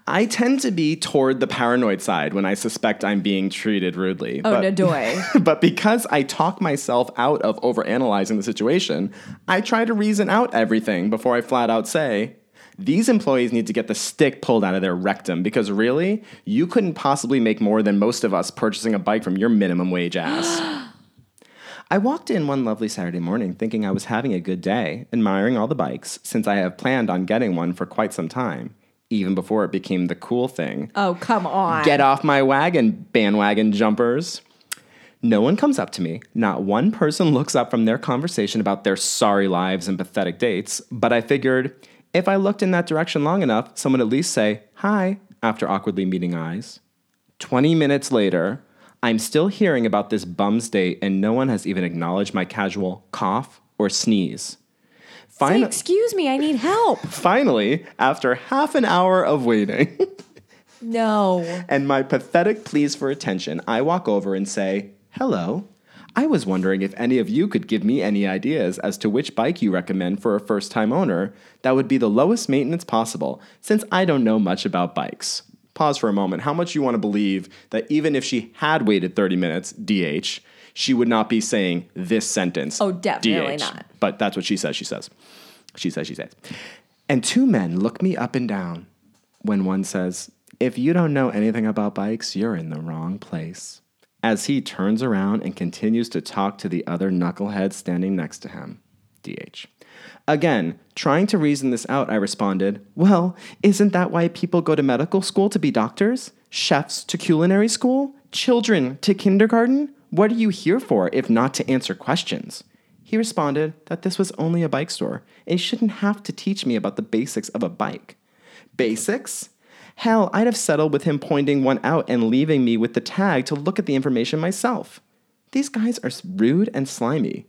Speaker 4: I tend to be toward the paranoid side when I suspect I'm being treated rudely.
Speaker 5: oh,
Speaker 4: but-
Speaker 5: no doy.
Speaker 4: [LAUGHS] but because I talk myself out of overanalyzing the situation, I try to reason out everything before I flat out say, these employees need to get the stick pulled out of their rectum because really, you couldn't possibly make more than most of us purchasing a bike from your minimum wage ass. I walked in one lovely Saturday morning thinking I was having a good day, admiring all the bikes, since I have planned on getting one for quite some time, even before it became the cool thing.
Speaker 5: Oh, come on.
Speaker 4: Get off my wagon, bandwagon jumpers. No one comes up to me. Not one person looks up from their conversation about their sorry lives and pathetic dates. But I figured if I looked in that direction long enough, someone would at least say hi after awkwardly meeting eyes. 20 minutes later, I'm still hearing about this bum's date, and no one has even acknowledged my casual cough or sneeze.
Speaker 8: Say,
Speaker 4: Fin-
Speaker 8: excuse me, I need help.
Speaker 4: finally, after half an hour of waiting, [LAUGHS]
Speaker 8: No.
Speaker 4: and my pathetic pleas for attention, I walk over and say, Hello. I was wondering if any of you could give me any ideas as to which bike you recommend for a first time owner that would be the lowest maintenance possible, since I don't know much about bikes. pause for a moment, how much you want to believe that even if she had waited 30 minutes, DH, she would not be saying this sentence.
Speaker 5: Oh, definitely not.
Speaker 4: But that's what she says, she says. She says, she says. And two men look me up and down when one says, If you don't know anything about bikes, you're in the wrong place. As he turns around and continues to talk to the other knucklehead standing next to him, DH. Again, trying to reason this out, I responded, Well, isn't that why people go to medical school to be doctors? Chefs to culinary school? Children to kindergarten? What are you here for if not to answer questions? He responded that this was only a bike store and he shouldn't have to teach me about the basics of a bike. Basics? Hell, I'd have settled with him pointing one out and leaving me with the tag to look at the information myself. These guys are s- rude and slimy.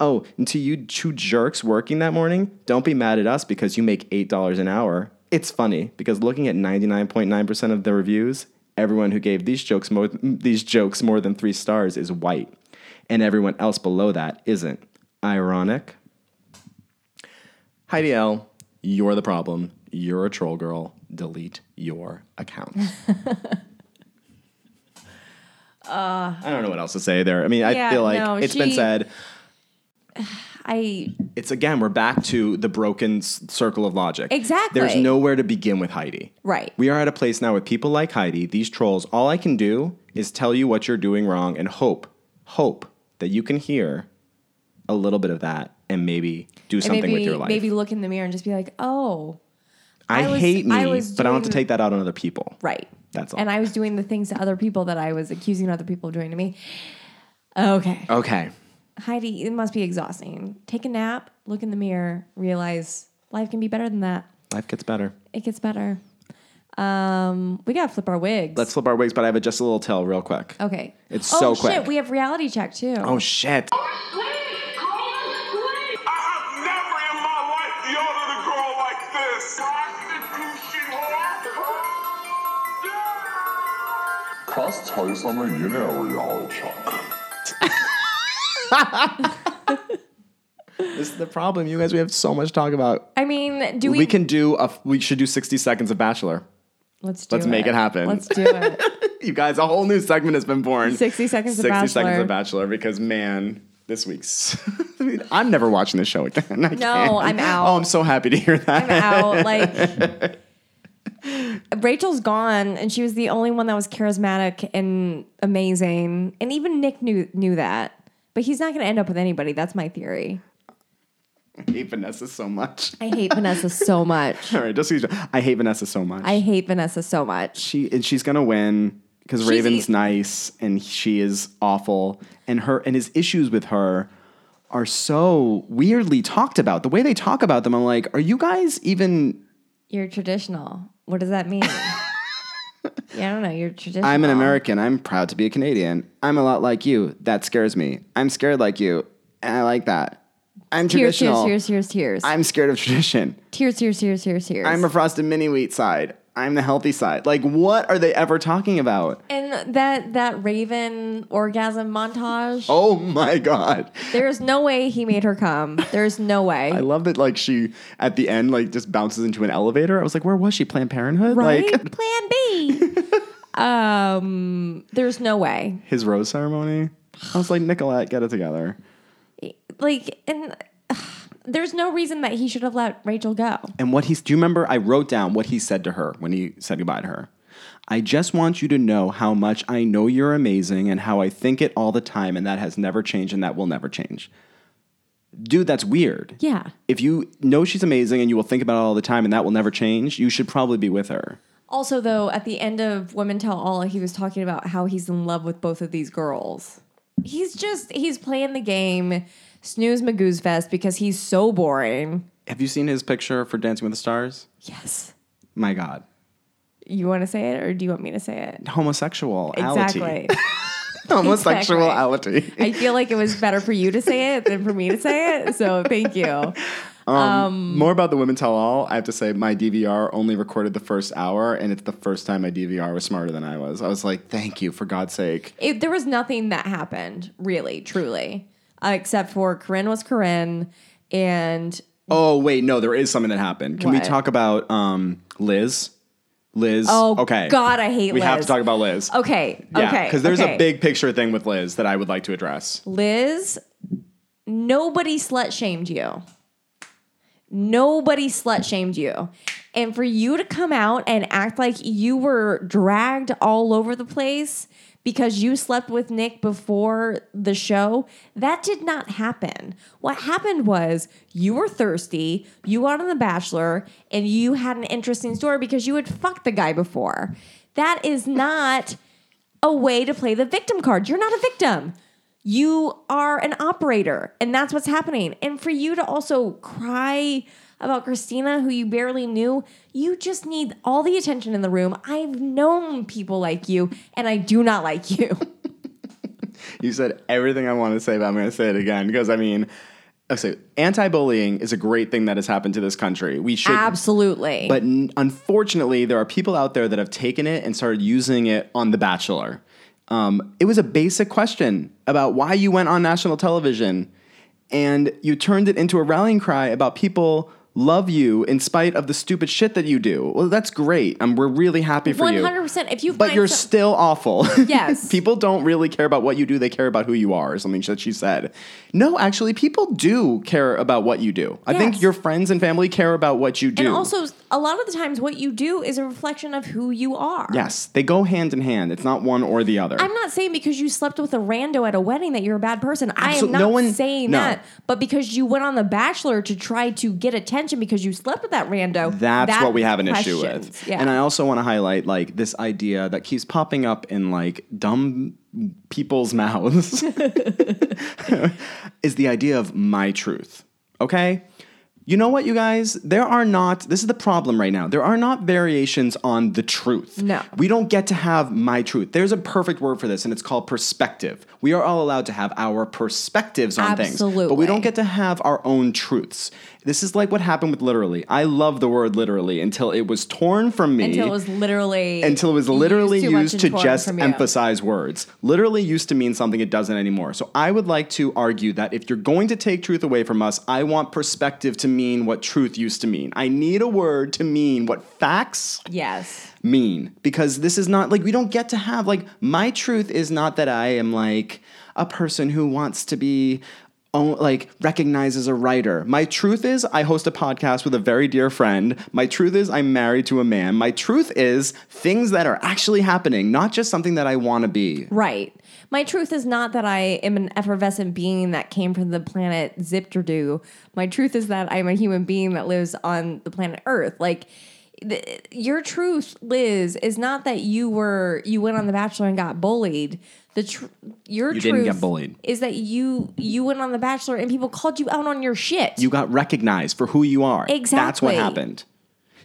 Speaker 4: Oh, and to you two jerks working that morning, don't be mad at us because you make $8 an hour. It's funny because looking at 99.9% of the reviews, everyone who gave these jokes, mo- these jokes more than three stars is white, and everyone else below that isn't. Ironic. Heidi L, you're the problem. You're a troll girl. Delete your
Speaker 5: [LAUGHS]
Speaker 4: account. Uh, I don't know what else to say there. I mean, I
Speaker 5: Yeah,
Speaker 4: feel like
Speaker 5: no,
Speaker 4: it's been
Speaker 5: she-
Speaker 4: said.
Speaker 5: I
Speaker 4: It's again, we're back to the broken s- circle of logic.
Speaker 5: Exactly.
Speaker 4: There's nowhere to begin with Heidi.
Speaker 5: Right.
Speaker 4: We are at a place now with people like Heidi, these trolls. All I can do is tell you what you're doing wrong and hope, hope that you can hear a little bit of that and maybe do
Speaker 5: and
Speaker 4: something
Speaker 5: maybe
Speaker 4: with your life.
Speaker 5: maybe look in the mirror and just be like, oh,
Speaker 4: I,
Speaker 5: I was-
Speaker 4: hate me,
Speaker 5: I was
Speaker 4: but I don't have to
Speaker 5: doing-
Speaker 4: take that out on other people.
Speaker 5: right.
Speaker 4: That's all.
Speaker 5: And I was doing the things to other people that I was accusing other people of doing to me. Okay.
Speaker 4: Okay.
Speaker 5: Heidi, it must be exhausting. Take a nap, look in the mirror, realize life can be better than that.
Speaker 4: Life gets better.
Speaker 5: It gets better. Um, we gotta flip our wigs.
Speaker 4: Let's flip our wigs, but I have a, just a little tell real quick.
Speaker 5: Okay.
Speaker 4: It's
Speaker 5: oh,
Speaker 4: so
Speaker 5: shit,
Speaker 4: quick.
Speaker 5: We have reality check too.
Speaker 4: Oh, shit.
Speaker 6: I have never in my life yelled at a girl like this. Prostitution
Speaker 4: This is the problem, you guys. We have so much to talk about.
Speaker 5: I mean, do
Speaker 4: We,
Speaker 5: we?
Speaker 4: can do a, we should do 60 seconds of Bachelor.
Speaker 5: Let's do
Speaker 4: let's make it happen.
Speaker 5: Let's do it.
Speaker 4: You guys, a whole new segment has been born.
Speaker 5: 60 seconds of
Speaker 4: 60 seconds
Speaker 5: Bachelor.
Speaker 4: of Bachelor because, man, this week's. [LAUGHS] I mean, I'm never watching this show again. I no,
Speaker 5: I'm out.
Speaker 4: Oh, I'm so happy to hear
Speaker 5: I'm
Speaker 4: that. [LAUGHS]
Speaker 5: out. Like Rachel's gone, and she was the only one that was charismatic and amazing. And even Nick knew knew that. But he's not going to end up with anybody. That's my theory.
Speaker 4: I hate Vanessa so much.
Speaker 5: I hate Vanessa
Speaker 4: [LAUGHS]
Speaker 5: so much.
Speaker 4: All right, just excuse me. I hate Vanessa so much.
Speaker 5: I hate Vanessa so much.
Speaker 4: she and she's gonna win because Raven's
Speaker 5: e-
Speaker 4: nice and she is awful, and her and his issues with her are so weirdly talked about. The way they talk about them, I'm like, are you guys even?
Speaker 5: You're traditional. What does that mean?
Speaker 4: [LAUGHS]
Speaker 5: yeah, I don't know. You're traditional.
Speaker 4: I'm an American. I'm proud to be a Canadian. I'm a lot like you. That scares me. I'm scared like you, and I like that. I'm
Speaker 5: Tears, tears,
Speaker 4: traditional.
Speaker 5: tears, tears, tears.
Speaker 4: I'm scared of tradition.
Speaker 5: tears, tears, tears, tears, tears.
Speaker 4: I'm a frosted mini wheat side. I'm the healthy side. Like, what are they ever talking about?
Speaker 5: and that that Raven orgasm montage.
Speaker 4: Oh my god.
Speaker 5: There's no way he made her come. There's no way.
Speaker 4: I love that like she at the end like just bounces into an elevator. I was like, where was she? Planned
Speaker 5: [LAUGHS]
Speaker 4: Parenthood?
Speaker 5: right?
Speaker 4: Like
Speaker 5: Plan B. um, there's no way.
Speaker 4: [LAUGHS] his rose ceremony. I was like, Nicolette, get it together.
Speaker 5: Like, and [SIGHS] ugh, there's no reason that he should have let Rachel go.
Speaker 4: And what he's do you remember I wrote down what he said to her when he said goodbye to her? I just want you to know how much I know you're amazing and how I think it all the time, and that has never changed and that will never change. Dude, that's weird.
Speaker 5: Yeah.
Speaker 4: If you know she's amazing and you will think about it all the time and that will never change, you should probably be with her.
Speaker 5: Also, though, at the end of Women Tell All, he was talking about how he's in love with both of these girls. He's just he's playing the game snooze magoo's fest because he's so boring.
Speaker 4: Have you seen his picture for Dancing with the Stars?
Speaker 5: Yes.
Speaker 4: My God.
Speaker 5: You want to say it, or do you want me to say it?
Speaker 4: homosexual
Speaker 5: Exactly.
Speaker 4: [LAUGHS] homosexuality
Speaker 5: I feel like it was better for you to say it than for me to say it. So thank you.
Speaker 4: [LAUGHS] more about the women tell all i have to say my dvr only recorded the first hour and it's the first time my dvr was smarter than i was i was like thank you for god's sake
Speaker 5: It, there was nothing that happened, really, truly, uh, except for Corinne was Corinne, and
Speaker 4: oh wait no there is something that happened can we
Speaker 5: What?
Speaker 4: talk about um, liz Liz.
Speaker 5: Oh,
Speaker 4: okay.
Speaker 5: God, I hate
Speaker 4: We have
Speaker 5: Liz.
Speaker 4: to talk about Liz.
Speaker 5: Okay. okay.
Speaker 4: Because there's
Speaker 5: okay.
Speaker 4: a big picture thing with Liz that I would like to address.
Speaker 5: Liz, nobody slut shamed you. Nobody slut shamed you. And for you to come out and act like you were dragged all over the place because you slept with Nick before the show, that did not happen. What happened was you were thirsty, you got on The Bachelor, and you had an interesting story because you had fucked the guy before. That is not a way to play the victim card. You're not a victim. You are an operator, and that's what's happening. And for you to also cry about Christina, who you barely knew, you just need all the attention in the room. I've known people like you, and I do not like
Speaker 4: [LAUGHS]
Speaker 5: you.
Speaker 4: You said everything I want to say, but I'm going to say it again because I mean, okay, anti-bullying is a great thing that has happened to this country. We should
Speaker 5: Absolutely.
Speaker 4: But n- unfortunately, there are people out there that have taken it and started using it on The Bachelor. Um, it was a basic question about why you went on national television, and you turned it into a rallying cry about people love you in spite of the stupid shit that you do. Well, that's great. Um, we're really happy for you.
Speaker 5: 100%. If you
Speaker 4: But
Speaker 5: find
Speaker 4: you're
Speaker 5: some-
Speaker 4: still awful. [LAUGHS]
Speaker 5: Yes.
Speaker 4: people don't really care about what you do. They care about who you are, or something that she said. No, actually, people do care about what you do. I think
Speaker 5: Yes.
Speaker 4: your friends and family care about what you do.
Speaker 5: and also, a lot of the times, what you do is a reflection of who you are.
Speaker 4: Yes, they go hand in hand. It's not one or the other.
Speaker 5: I'm not saying because you slept with a rando at a wedding that you're a bad person. I am
Speaker 4: Absolute-
Speaker 5: not
Speaker 4: no one-
Speaker 5: saying
Speaker 4: no.
Speaker 5: that, but because you went on The Bachelor to try to get attention because you slept with that rando.
Speaker 4: That's
Speaker 5: that
Speaker 4: what we have an issue
Speaker 5: questions.
Speaker 4: with.
Speaker 5: Yeah.
Speaker 4: And I also want to highlight like this idea that keeps popping up in like dumb
Speaker 5: [LAUGHS]
Speaker 4: people's [LAUGHS] mouths is the idea of my truth. Okay? You know what, you guys? There are not, this is the problem right now. There are not variations on the truth.
Speaker 5: No.
Speaker 4: We don't get to have my truth. There's a perfect word for this, and it's called perspective. We are all allowed to have our perspectives on things. But we
Speaker 5: Absolutely.
Speaker 4: don't get to have our own truths. This is like what happened with literally. I love the word literally until it was torn from me.
Speaker 5: until it was literally
Speaker 4: until it was literally
Speaker 5: too much
Speaker 4: used to
Speaker 5: and torn
Speaker 4: just
Speaker 5: from you.
Speaker 4: emphasize words. Literally used to mean something it doesn't anymore. So I would like to argue that if you're going to take truth away from us, I want perspective to mean what truth used to mean. I need a word to mean what facts
Speaker 5: Yes.
Speaker 4: mean because this is not like we don't get to have like my truth is not that I am like a person who wants to be own, like recognized as a writer. My truth is I host a podcast with a very dear friend. My truth is I'm married to a man. My truth is things that are actually happening, not just something that I want to be.
Speaker 5: Right. My truth is not that I am an effervescent being that came from the planet Zipterdoo. My truth is that I'm a human being that lives on the planet Earth. Like th- your truth, Liz, is not that you were you went on The Bachelor and got bullied. The tr- your
Speaker 4: You
Speaker 5: truth
Speaker 4: didn't get bullied.
Speaker 5: is that you you went on The Bachelor and people called you out on your shit.
Speaker 4: You got recognized for who you are. That's what
Speaker 5: Exactly.
Speaker 4: happened.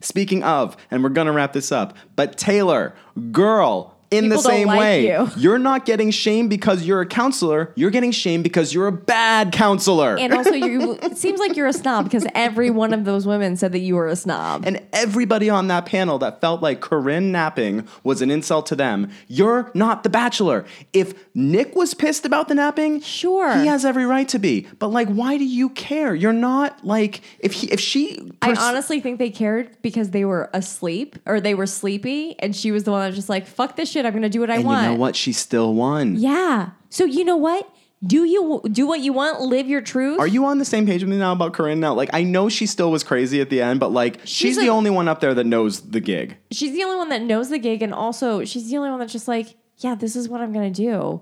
Speaker 4: Speaking of, and we're gonna wrap this up, but Taylor, girl, in the
Speaker 5: People don't
Speaker 4: same
Speaker 5: like
Speaker 4: way, [LAUGHS]
Speaker 5: you.
Speaker 4: are not getting shamed because you're a counselor. You're getting shamed because you're a bad counselor.
Speaker 5: and also, you it seems like you're a snob because every one of those women said that you were a snob.
Speaker 4: and everybody on that panel that felt like Corinne napping was an insult to them. You're not the bachelor. If Nick was pissed about the napping,
Speaker 5: Sure.
Speaker 4: he has every right to be. But like, why do you care? You're not like if he if she.
Speaker 5: I
Speaker 4: pers-
Speaker 5: honestly think they cared because they were asleep or they were sleepy, and she was the one that was just like, "Fuck this shit! I'm gonna do what I
Speaker 4: and
Speaker 5: want."
Speaker 4: you know what? She still won.
Speaker 5: Yeah. So you know what? Do you do what you want? Live your truth.
Speaker 4: Are you on the same page with me now about Corinne now? Like, I know she still was crazy at the end, but like, she's,
Speaker 5: She's
Speaker 4: the
Speaker 5: like-
Speaker 4: only one up there that knows the gig.
Speaker 5: she's the only one that knows the gig, and also she's the only one that's just like, "Yeah, this is what I'm gonna do."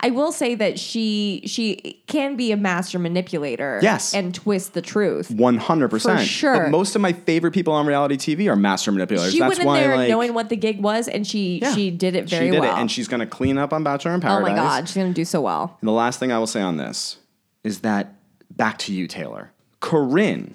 Speaker 5: I will say that she she can be a master manipulator.
Speaker 4: Yes.
Speaker 5: and twist the truth.
Speaker 4: 100%.
Speaker 5: For sure.
Speaker 4: But most of my favorite people on reality TV are master manipulators.
Speaker 5: She
Speaker 4: That's
Speaker 5: went in
Speaker 4: why,
Speaker 5: there
Speaker 4: like,
Speaker 5: knowing what the gig was, and she
Speaker 4: yeah,
Speaker 5: she did it
Speaker 4: she
Speaker 5: very
Speaker 4: did
Speaker 5: well.
Speaker 4: It, and she's going to clean up on Bachelor in
Speaker 5: oh
Speaker 4: Paradise.
Speaker 5: my god, she's gonna do so well.
Speaker 4: And the last thing I will say on this is that back to you, Taylor. Corinne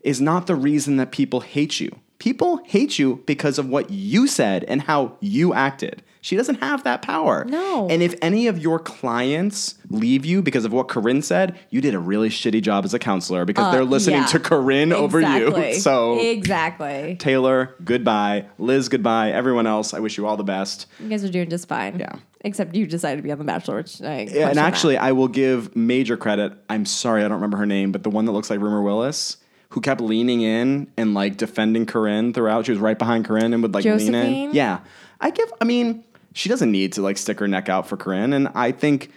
Speaker 4: is not the reason that people hate you. People hate you because of what you said and how you acted. She doesn't have that power.
Speaker 5: No.
Speaker 4: And if any of your clients leave you because of what Corinne said, you did a really shitty job as a counselor because they're listening
Speaker 5: Uh, yeah.
Speaker 4: to Corinne over you. [LAUGHS]
Speaker 5: Exactly.
Speaker 4: So
Speaker 5: exactly,
Speaker 4: Taylor, goodbye. Liz, goodbye. Everyone else, I wish you all the best.
Speaker 5: you guys are doing just fine.
Speaker 4: Yeah.
Speaker 5: except you decided to be on The Bachelor, which I
Speaker 4: Yeah,
Speaker 5: question
Speaker 4: and
Speaker 5: that.
Speaker 4: actually, I will give major credit. I'm sorry, I don't remember her name, but the one that looks like Rumor Willis, who kept leaning in and like defending Corinne throughout. She was right behind Corinne and would like lean in.
Speaker 5: Josephine?
Speaker 4: Yeah, I give. I mean, she doesn't need to like stick her neck out for Corinne, and I think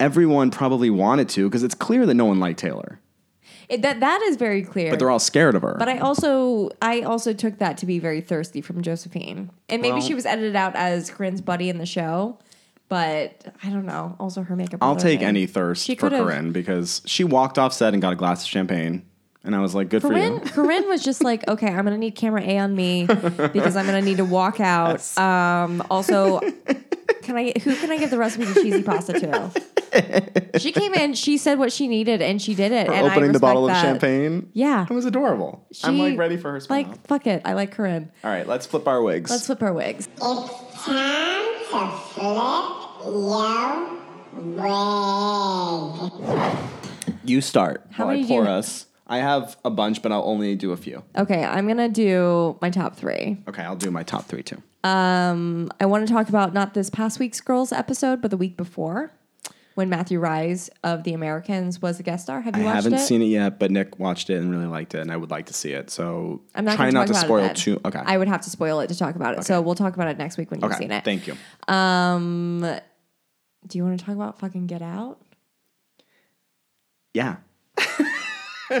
Speaker 4: everyone probably wanted to because it's clear that no one liked Taylor,
Speaker 5: It- that that is very clear.
Speaker 4: but they're all scared of her.
Speaker 5: But I also I also took that to be very thirsty from Josephine, and maybe
Speaker 4: Well-
Speaker 5: she was edited out as Corinne's buddy in the show. But I don't know. Also, her makeup.
Speaker 4: I'll
Speaker 5: other
Speaker 4: take
Speaker 5: thing.
Speaker 4: any thirst
Speaker 5: She
Speaker 4: for
Speaker 5: could've-
Speaker 4: Corinne because she walked off set and got a glass of champagne, and I was like, "Good
Speaker 5: Corinne,
Speaker 4: [LAUGHS] for you."
Speaker 5: Corinne was just like, okay, I'm gonna need camera A on me because I'm gonna need to walk out. Um, also, can I who can I give the recipe to cheesy pasta to? She came in, she said what she needed, and she did it.
Speaker 4: For
Speaker 5: and I
Speaker 4: opening the
Speaker 5: respect
Speaker 4: bottle
Speaker 5: that.
Speaker 4: of champagne,
Speaker 5: Yeah.
Speaker 4: it was adorable. I'm
Speaker 5: She-
Speaker 4: like ready for her spin
Speaker 5: Like
Speaker 4: off.
Speaker 5: fuck it, I like Corinne.
Speaker 4: All right, let's flip our wigs.
Speaker 5: Let's flip our wigs.
Speaker 9: It's time to flip your wig.
Speaker 4: you start.
Speaker 5: How
Speaker 4: while I
Speaker 5: many do
Speaker 4: pour
Speaker 5: you-
Speaker 4: us. I have a bunch, but I'll only do a few.
Speaker 5: Okay, I'm gonna do my top three.
Speaker 4: Okay, I'll do my top three too.
Speaker 5: I want to talk about not this past week's girls episode, but the week before when Matthew Rise of The Americans was a guest star. Have
Speaker 4: I
Speaker 5: you watched
Speaker 4: haven't
Speaker 5: it?
Speaker 4: seen it yet, but Nick watched it and really liked it, and I would like to see it. So
Speaker 5: I'm not
Speaker 4: try
Speaker 5: gonna
Speaker 4: not
Speaker 5: talk about
Speaker 4: to
Speaker 5: it
Speaker 4: spoil
Speaker 5: then.
Speaker 4: too. Okay.
Speaker 5: I would have to spoil it to talk about it. So we'll talk about it next week when you've
Speaker 4: okay.
Speaker 5: seen it.
Speaker 4: Thank you.
Speaker 5: Do you want to talk about fucking Get Out? [LAUGHS]
Speaker 4: Yeah.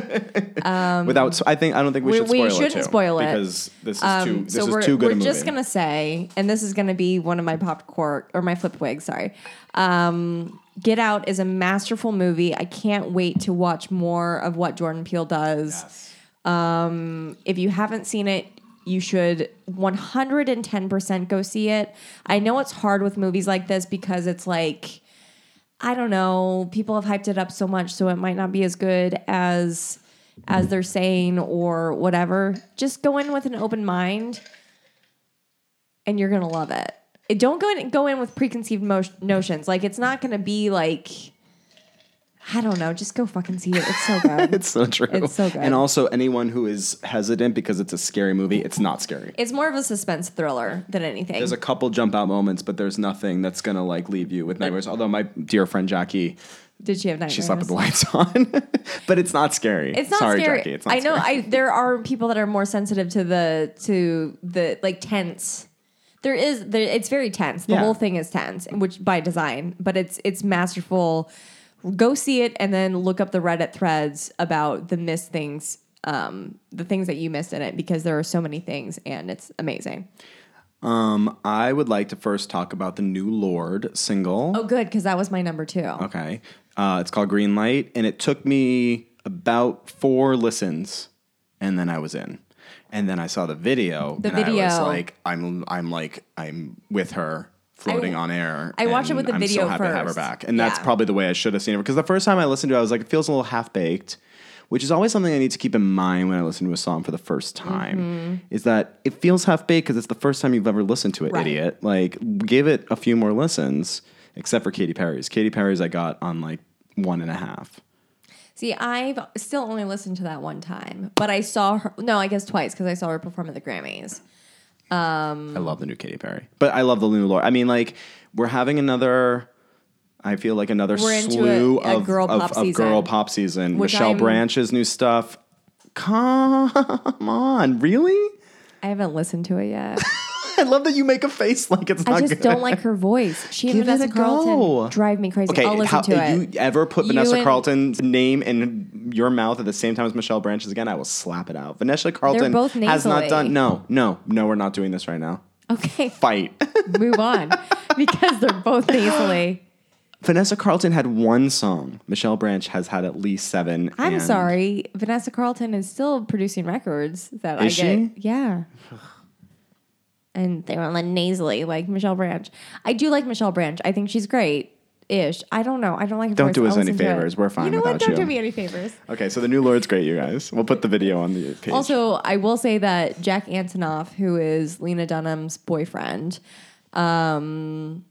Speaker 4: Without, so I think I don't think we,
Speaker 5: Um, we-
Speaker 4: should
Speaker 5: we
Speaker 4: spoil it.
Speaker 5: shouldn't
Speaker 4: too,
Speaker 5: spoil it.
Speaker 4: because this is
Speaker 5: Um,
Speaker 4: too. This
Speaker 5: so
Speaker 4: is
Speaker 5: we're,
Speaker 4: too good
Speaker 5: we're
Speaker 4: a movie.
Speaker 5: just gonna say, and this is gonna be one of my pop cork or my flip wigs. Sorry, um, Get Out is a masterful movie. I can't wait to watch more of what Jordan Peele does. Um, if you haven't seen it, you should 110% go see it. I know it's hard with movies like this because it's like. I don't know. People have hyped it up so much, so it might not be as good as as they're saying or whatever. Just go in with an open mind, and you're gonna love it. It- don't go in go in with preconceived mo- notions. Like it's not gonna be like I don't know. Just go fucking see it. It's so good.
Speaker 4: [LAUGHS] It's so true.
Speaker 5: It's so good.
Speaker 4: And also, anyone who is hesitant because it's a scary movie, it's not scary.
Speaker 5: it's more of a suspense thriller than anything.
Speaker 4: There's a couple jump out moments, but there's nothing that's gonna like leave you with nightmares. Although my dear friend Jackie,
Speaker 5: Did she have nightmares?
Speaker 4: she slept with the lights [LAUGHS] on, but it's not scary.
Speaker 5: It's not
Speaker 4: Sorry,
Speaker 5: scary.
Speaker 4: Jackie. It's not
Speaker 5: I know.
Speaker 4: Scary.
Speaker 5: I there are people that are more sensitive to the to the like tense. There is there, it's very tense. The
Speaker 4: Yeah.
Speaker 5: whole thing is tense, which by design, but it's it's masterful. Go see it and then look up the Reddit threads about the missed things, um, the things that you missed in it because there are so many things and it's amazing.
Speaker 4: Um, I would like to first talk about the new Lord single.
Speaker 5: Oh, good because that was my number two.
Speaker 4: Okay. Uh, it's called Green Light, and it took me about four listens, and then I was in. And then I saw the video.
Speaker 5: The
Speaker 4: and I was
Speaker 5: video.
Speaker 4: like, I'm, I'm like, I'm with her floating
Speaker 5: I-
Speaker 4: on air.
Speaker 5: I watched it
Speaker 4: and
Speaker 5: with the
Speaker 4: I'm so
Speaker 5: video
Speaker 4: happy to have her
Speaker 5: first.
Speaker 4: back, and that's
Speaker 5: Yeah.
Speaker 4: probably the way I should have seen it. Because the first time I listened to it, I was like, it feels a little half baked, which is always something I need to keep in mind when I listen to a song for the first time. Is that it feels half baked because it's the first time you've ever listened to it,
Speaker 5: Right.
Speaker 4: idiot. Like, give it a few more listens, except for Katy Perry's. Katy Perry's I got on like one and a half.
Speaker 5: See, I've still only listened to that one time, but I saw her. No, I guess twice because I saw her perform at the Grammys.
Speaker 4: I love the new Katy Perry, but I love the new Lord. I mean, like we're having another. I feel like another
Speaker 5: We're into
Speaker 4: slew
Speaker 5: a- a
Speaker 4: of,
Speaker 5: girl
Speaker 4: of-
Speaker 5: pop
Speaker 4: of
Speaker 5: season.
Speaker 4: girl pop season.
Speaker 5: Which
Speaker 4: Michelle
Speaker 5: I'm-
Speaker 4: Branch's new stuff. Come on, really?
Speaker 5: I haven't listened to it
Speaker 4: [LAUGHS]
Speaker 5: yet.
Speaker 4: I love that you make a face like it's not
Speaker 5: I just
Speaker 4: good.
Speaker 5: don't like her
Speaker 4: [LAUGHS]
Speaker 5: voice. She and
Speaker 4: Give it
Speaker 5: Vanessa
Speaker 4: a go.
Speaker 5: Carlton drive me crazy.
Speaker 4: Okay,
Speaker 5: I'll listen
Speaker 4: how,
Speaker 5: to it.
Speaker 4: if you ever put Vanessa
Speaker 5: and-
Speaker 4: Carlton's name in your mouth at the same time as Michelle Branch's again, I will slap it out. Vanessa Carlton
Speaker 5: both
Speaker 4: has not
Speaker 5: nasally.
Speaker 4: done. No, no, no. We're not doing this right now.
Speaker 5: [LAUGHS]
Speaker 4: [LAUGHS]
Speaker 5: okay,
Speaker 4: Fight.
Speaker 5: move
Speaker 4: [LAUGHS]
Speaker 5: on because they're both nasally.
Speaker 4: Vanessa Carlton had one song. Michelle Branch has had at least seven.
Speaker 5: I'm
Speaker 4: and-
Speaker 5: sorry, Vanessa Carlton is still producing records that
Speaker 4: Is
Speaker 5: I get.
Speaker 4: she?
Speaker 5: Yeah. And they were like nasally, like Michelle Branch. I do like Michelle Branch. I think she's great. Ish. I don't know. I don't like. Her
Speaker 4: Don't
Speaker 5: voice.
Speaker 4: do
Speaker 5: I'll
Speaker 4: us any
Speaker 5: listen to it.
Speaker 4: favors. We're fine
Speaker 5: You know
Speaker 4: without
Speaker 5: what? Don't
Speaker 4: you.
Speaker 5: do me any favors.
Speaker 4: Okay, so the new Lord's great, you guys. We'll put the video on the page.
Speaker 5: Also, I will say that Jack Antonoff, who is Lena Dunham's boyfriend, um,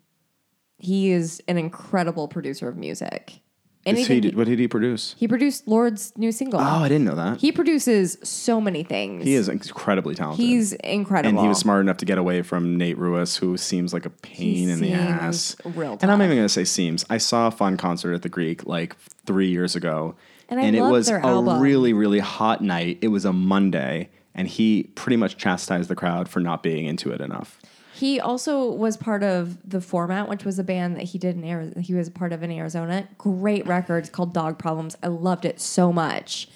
Speaker 5: he is an incredible producer of music.
Speaker 4: Is
Speaker 5: anything.
Speaker 4: he,
Speaker 5: He,
Speaker 4: what did he produce?
Speaker 5: he produced Lord's new single.
Speaker 4: Oh, I didn't know that. He,
Speaker 5: He produces so many things.
Speaker 4: is incredibly talented.
Speaker 5: He's incredible.
Speaker 4: and he was smart enough to get away from Nate Ruiz, who seems like a pain in the
Speaker 5: seems
Speaker 4: ass.
Speaker 5: real
Speaker 4: and I'm
Speaker 5: tough.
Speaker 4: not even gonna say seems. I saw a fun concert at the Greek like three years ago,
Speaker 5: And I
Speaker 4: it
Speaker 5: love
Speaker 4: was
Speaker 5: their
Speaker 4: a
Speaker 5: album.
Speaker 4: really really hot night. It was a Monday, and he pretty much chastised the crowd for not being into it enough.
Speaker 5: He also was part of the format, which was a band that he did in Arizona. He was part of in Arizona. Great record. It's called Dog Problems. I loved it so much.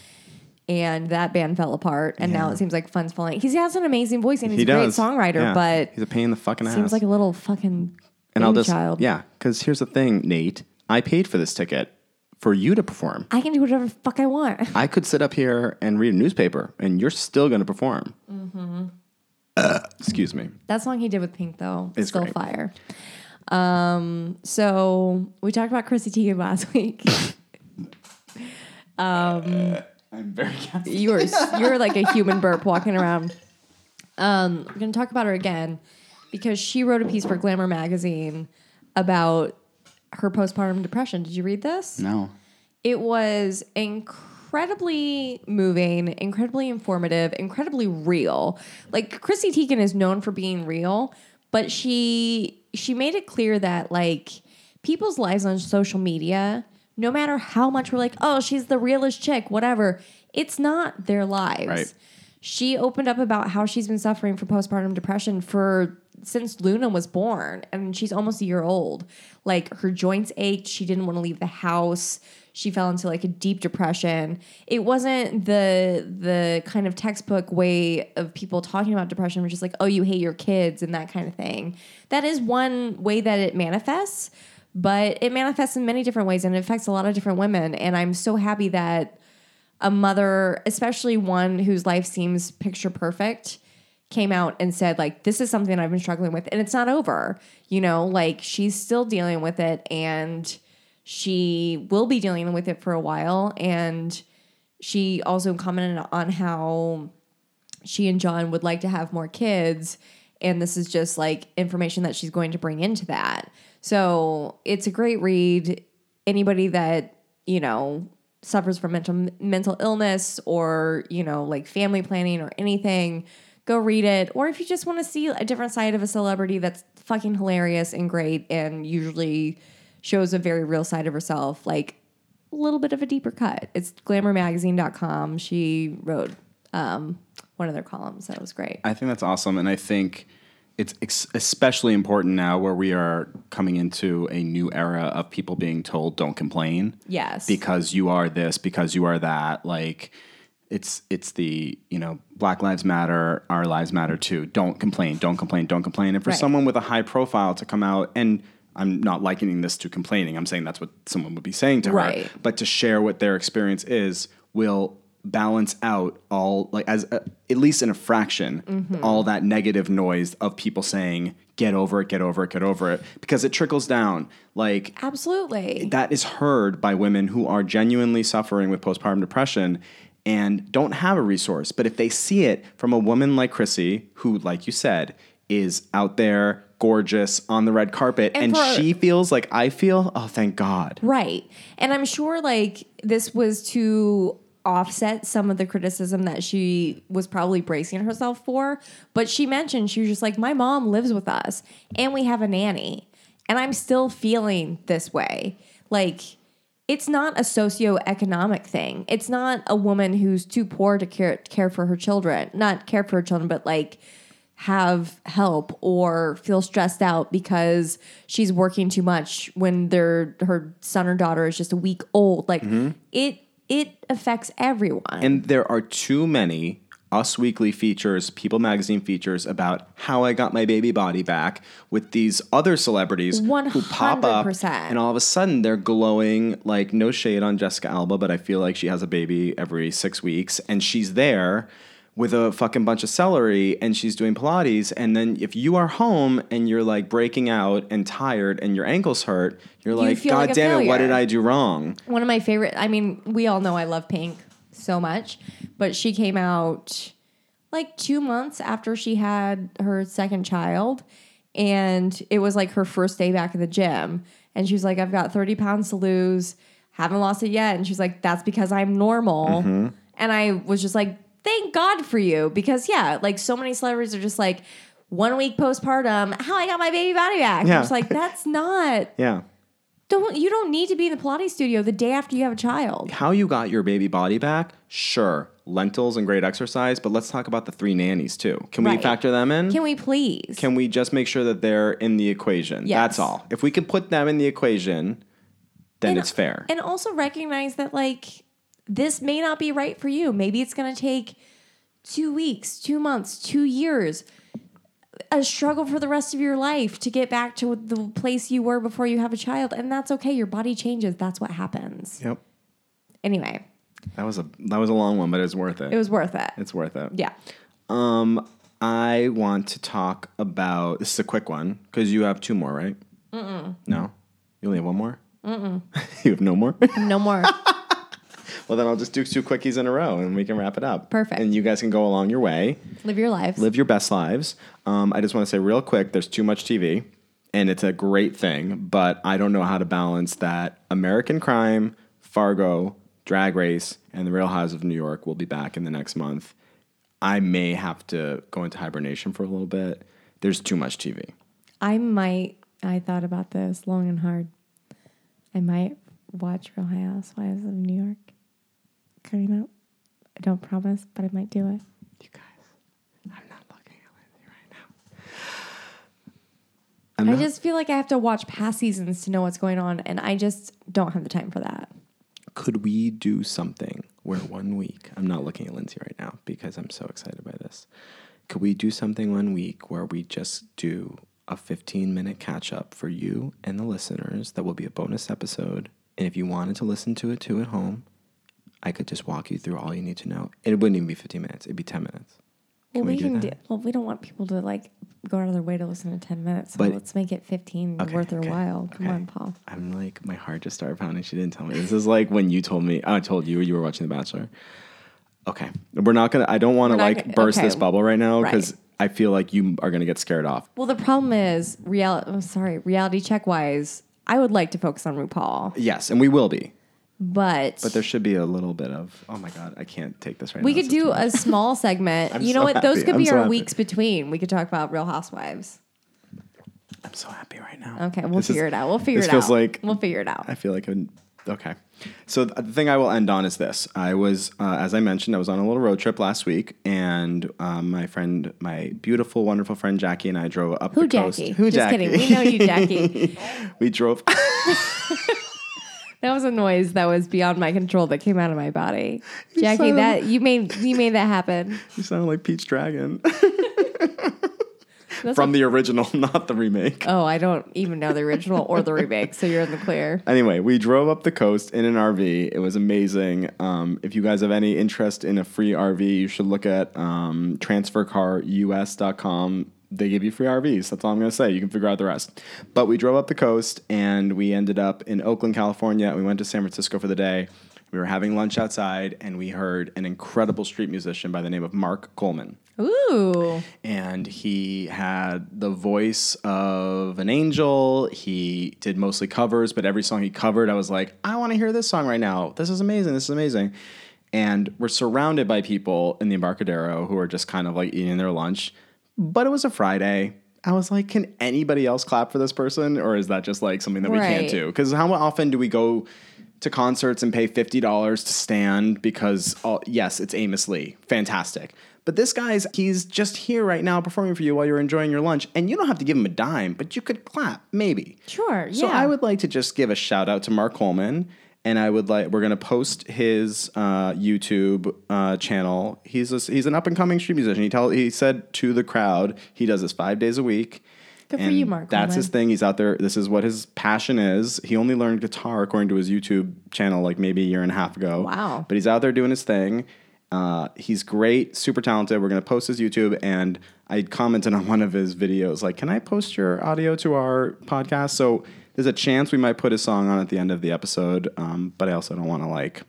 Speaker 5: And that band fell apart, and now it seems like fun's falling. He has an amazing voice, and he's
Speaker 4: he
Speaker 5: a great
Speaker 4: does
Speaker 5: songwriter,
Speaker 4: Yeah.
Speaker 5: but
Speaker 4: he's a pain in the fucking ass.
Speaker 5: seems like a little fucking
Speaker 4: and I'll just
Speaker 5: child.
Speaker 4: yeah, because here's the thing, Nate. I paid for this ticket for you to perform.
Speaker 5: I can do whatever the fuck I want. [LAUGHS]
Speaker 4: I could sit up here and read a newspaper, and you're still going to perform.
Speaker 5: Mm-hmm.
Speaker 4: Uh, excuse me.
Speaker 5: That song he did with Pink though,
Speaker 4: It's
Speaker 5: still
Speaker 4: great.
Speaker 5: fire. Um, so we talked about Chrissy Teigen last [LAUGHS] week.
Speaker 4: I'm very.
Speaker 5: you are you're like a human burp walking around. Um, we're gonna talk about her again because she wrote a piece for Glamour magazine about her postpartum depression. Did you read this?
Speaker 2: No.
Speaker 5: It was incredibly moving, incredibly informative, incredibly real. Like Chrissy Teigen is known for being real, but she she made it clear that like people's lives on social media, no matter how much we're like, oh, she's the realest chick, whatever, it's not their lives.
Speaker 4: Right.
Speaker 5: She opened up about how she's been suffering from postpartum depression for since Luna was born and she's almost a year old. Like her joints ached, she didn't want to leave the house. She fell into like a deep depression. It wasn't the the kind of textbook way of people talking about depression, which is like, oh, you hate your kids and that kind of thing. That is one way that it manifests, but it manifests in many different ways and it affects a lot of different women. And I'm so happy that a mother, especially one whose life seems picture perfect, came out and said, like, this is something I've been struggling with and it's not over. You know, like she's still dealing with it and she will be dealing with it for a while. And she also commented on how she and John would like to have more kids. And this is just like information that she's going to bring into that. So it's a great read. Anybody that, you know, suffers from mental mental illness or, you know, like family planning or anything, go read it. Or if you just want to see a different side of a celebrity that's fucking hilarious and great and usually shows a very real side of herself, like a little bit of a deeper cut. It's glamourmagazine.com. She wrote um, one of their columns. That was great.
Speaker 4: I think that's awesome, and I think it's ex- especially important now where we are coming into a new era of people being told don't complain.
Speaker 5: Yes.
Speaker 4: because you are this, because you are that. Like it's it's the you know Black Lives Matter, our lives matter too. Don't complain, don't complain, don't complain. And for
Speaker 5: Right.
Speaker 4: someone with a high profile to come out and I'm not likening this to complaining. I'm saying that's what someone would be saying to her
Speaker 5: Right.
Speaker 4: but to share what their experience is will balance out all like as a, at least in a fraction
Speaker 5: Mm-hmm.
Speaker 4: all that negative noise of people saying get over it get over it get over it because it trickles down like
Speaker 5: Absolutely.
Speaker 4: that is heard by women who are genuinely suffering with postpartum depression and don't have a resource. But if they see it from a woman like Chrissy, who, like you said, is out there, gorgeous, on the red carpet, and,
Speaker 5: And for-
Speaker 4: she feels like I feel, oh, thank God.
Speaker 5: Right. And I'm sure like this was to offset some of the criticism that she was probably bracing herself for. But she mentioned she was just like, My mom lives with us and we have a nanny. And I'm still feeling this way. Like, it's not a socioeconomic thing. It's not a woman who's too poor to care care for her children. Not care for her children, but like have help or feel stressed out because she's working too much when their her son or daughter is just a week old. Like it it affects everyone.
Speaker 4: And there are too many Us Weekly features, People Magazine features about how I got my baby body back with these other celebrities who pop up.
Speaker 5: 100%.
Speaker 4: And all of a sudden they're glowing, like, no shade on Jessica Alba, but I feel like she has a baby every six weeks and she's there. With a fucking bunch of celery, and she's doing Pilates. And then, if you are home and you're like breaking out and tired and your ankles hurt, you're like,
Speaker 5: feel
Speaker 4: God
Speaker 5: like a
Speaker 4: damn it, what
Speaker 5: failure."
Speaker 4: did I do wrong?
Speaker 5: one of my favorite i mean we all know i love pink so much but she came out like two months after she had her second child and it was like her first day back in the gym and she was like i've got 30 pounds to lose haven't lost it yet. And she's like, that's because I'm normal. And I was just like, thank God for you. Because, yeah, like so many celebrities are just like, one week postpartum, how I got my baby body back.
Speaker 4: Yeah.
Speaker 5: I'm just like, that's not,
Speaker 4: Yeah.
Speaker 5: don't, you don't need to be in the Pilates studio the day after you have a child.
Speaker 4: How you got your baby body back? Sure, lentils and great exercise, but let's talk about the three nannies too. Can we
Speaker 5: Right.
Speaker 4: factor them in?
Speaker 5: Can we please?
Speaker 4: Can we just make sure that they're in the equation?
Speaker 5: Yes.
Speaker 4: That's all. If we can put them in the equation, then
Speaker 5: And-
Speaker 4: it's fair.
Speaker 5: and also recognize that like this may not be right for you maybe it's going to take two weeks two months two years a struggle for the rest of your life to get back to the place you were before you have a child and that's okay your body changes that's what happens
Speaker 4: yep.
Speaker 5: anyway
Speaker 4: That was a that was a long one, but it's worth it.
Speaker 5: it was worth it
Speaker 4: it's worth it.
Speaker 5: yeah
Speaker 4: Um, I want to talk about this is a quick one because you have two more, right? Mm-mm. No, you only have one more. Mm-mm. [LAUGHS] you have no more.
Speaker 5: no
Speaker 4: [LAUGHS]
Speaker 5: more
Speaker 4: well, then I'll just do two quickies in a row, and we can wrap it up.
Speaker 5: Perfect.
Speaker 4: And you guys can go along your way.
Speaker 5: live your lives
Speaker 4: live your best lives. Um, I just want to say real quick, there's too much TV, and it's a great thing, but I don't know how to balance that. American Crime, Fargo, Drag Race, and The Real Housewives of New York will be back in the next month. I may have to go into hibernation for a little bit. There's too much TV.
Speaker 5: i might i thought about this long and hard i might watch real housewives of new york coming up i don't promise but i might do it
Speaker 4: You guys, I'm not looking at Lindsay right now. I'm
Speaker 5: I
Speaker 4: not-
Speaker 5: just feel like I have to watch past seasons to know what's going on, and I just don't have the time for that.
Speaker 4: could we do something where one week, I'm not looking at Lindsay right now because I'm so excited by this. Could we do something one week where we just do a 15 minute catch up for you and the listeners that will be a bonus episode? And if you wanted to listen to it too at home, I could just walk you through all you need to know. And it wouldn't even be 15 minutes, it'd be 10 minutes.
Speaker 5: Well,
Speaker 4: we do that?
Speaker 5: Well, we don't want people to like go out of their way to listen to ten minutes. So
Speaker 4: But-
Speaker 5: let's make it fifteen worth their
Speaker 4: okay,
Speaker 5: while. Come
Speaker 4: okay.
Speaker 5: on, Paul.
Speaker 4: I'm like, my heart just started pounding. She didn't tell me. This is like when you told me, I told you you were watching The Bachelor. Okay. We're not going to, I don't want
Speaker 5: We're
Speaker 4: to
Speaker 5: not
Speaker 4: like
Speaker 5: gonna-
Speaker 4: burst
Speaker 5: okay.
Speaker 4: this bubble right now
Speaker 5: Right.
Speaker 4: because I feel like you are going to get scared off.
Speaker 5: Well, the problem is reality. Oh, sorry, reality check wise, I would like to focus on RuPaul,
Speaker 4: Yes. And we will be.
Speaker 5: but
Speaker 4: But there should be a little bit of, oh my God, I can't take this right
Speaker 5: we
Speaker 4: now.
Speaker 5: could
Speaker 4: This is too
Speaker 5: do
Speaker 4: much.
Speaker 5: a
Speaker 4: [LAUGHS]
Speaker 5: small segment. you know
Speaker 4: so
Speaker 5: what? Those
Speaker 4: happy.
Speaker 5: could
Speaker 4: I'm
Speaker 5: be
Speaker 4: so
Speaker 5: our
Speaker 4: happy.
Speaker 5: weeks between. We could talk about Real Housewives.
Speaker 4: I'm so happy right now.
Speaker 5: Okay, we'll
Speaker 4: This is-
Speaker 5: figure it out. We'll figure
Speaker 4: this
Speaker 5: it
Speaker 4: feels
Speaker 5: out.
Speaker 4: like-
Speaker 5: we'll figure it out.
Speaker 4: I feel like I'm okay. So th- the thing I will end on is this: I was, uh, as I mentioned, I was on a little road trip last week, and um, my friend, my beautiful, wonderful friend Jackie, and I drove up
Speaker 5: Who
Speaker 4: the coast.
Speaker 5: Jackie?
Speaker 4: Who
Speaker 5: Just
Speaker 4: Jackie?
Speaker 5: kidding. We know you, Jackie.
Speaker 4: [LAUGHS] We drove. [LAUGHS]
Speaker 5: That was a noise that was beyond my control that came out of my body. Jackie,
Speaker 4: sounded-
Speaker 5: that you made you made that happen.
Speaker 4: you sound like Peach Dragon
Speaker 5: [LAUGHS] That's
Speaker 4: from
Speaker 5: like-
Speaker 4: the original, [LAUGHS] not the remake.
Speaker 5: oh, I don't even know the original or the remake, so you're in the clear.
Speaker 4: Anyway, we drove up the coast in an RV. It was amazing. Um, if you guys have any interest in a free RV, you should look at um, transfercarus.com. They give you free RVs. That's all I'm going to say. You can figure out the rest. But we drove up the coast and we ended up in Oakland, California. We went to San Francisco for the day. We were having lunch outside and we heard an incredible street musician by the name of Mark Coleman
Speaker 5: Ooh,
Speaker 4: and he had the voice of an angel. He did mostly covers, but every song he covered, I was like, I want to hear this song right now. This is amazing. This is amazing. And we're surrounded by people in the Embarcadero who are just kind of like eating their lunch. But it was a Friday. I was like, can anybody else clap for this person? Or is that just like something that we can't
Speaker 5: Right.
Speaker 4: do? Because how often do we go to concerts and pay fifty dollars to stand? Because all, yes, it's Amos Lee, fantastic. But this guy's he's just here right now performing for you while you're enjoying your lunch, and you don't have to give him a dime, but you could clap maybe.
Speaker 5: Sure,
Speaker 4: So
Speaker 5: yeah.
Speaker 4: I would like to just give a shout out to Mark Coleman. And I would like we're gonna post his uh, YouTube uh, channel. He's a, he's an up and coming street musician. He tell he said to the crowd he does this five days a week.
Speaker 5: Good for
Speaker 4: And
Speaker 5: you, Mark
Speaker 4: That's his
Speaker 5: Coleman.
Speaker 4: thing. He's out there. This is what his passion is. He only learned guitar, according to his YouTube channel, like maybe a year and a half ago.
Speaker 5: Wow.
Speaker 4: But he's out there doing his thing. Uh, he's great, super talented. We're going to post his YouTube. And I commented on [LAUGHS] one of his videos, like, can I post your audio to our podcast? So there's a chance we might put his song on at the end of the episode. Um, but I also don't want to, like,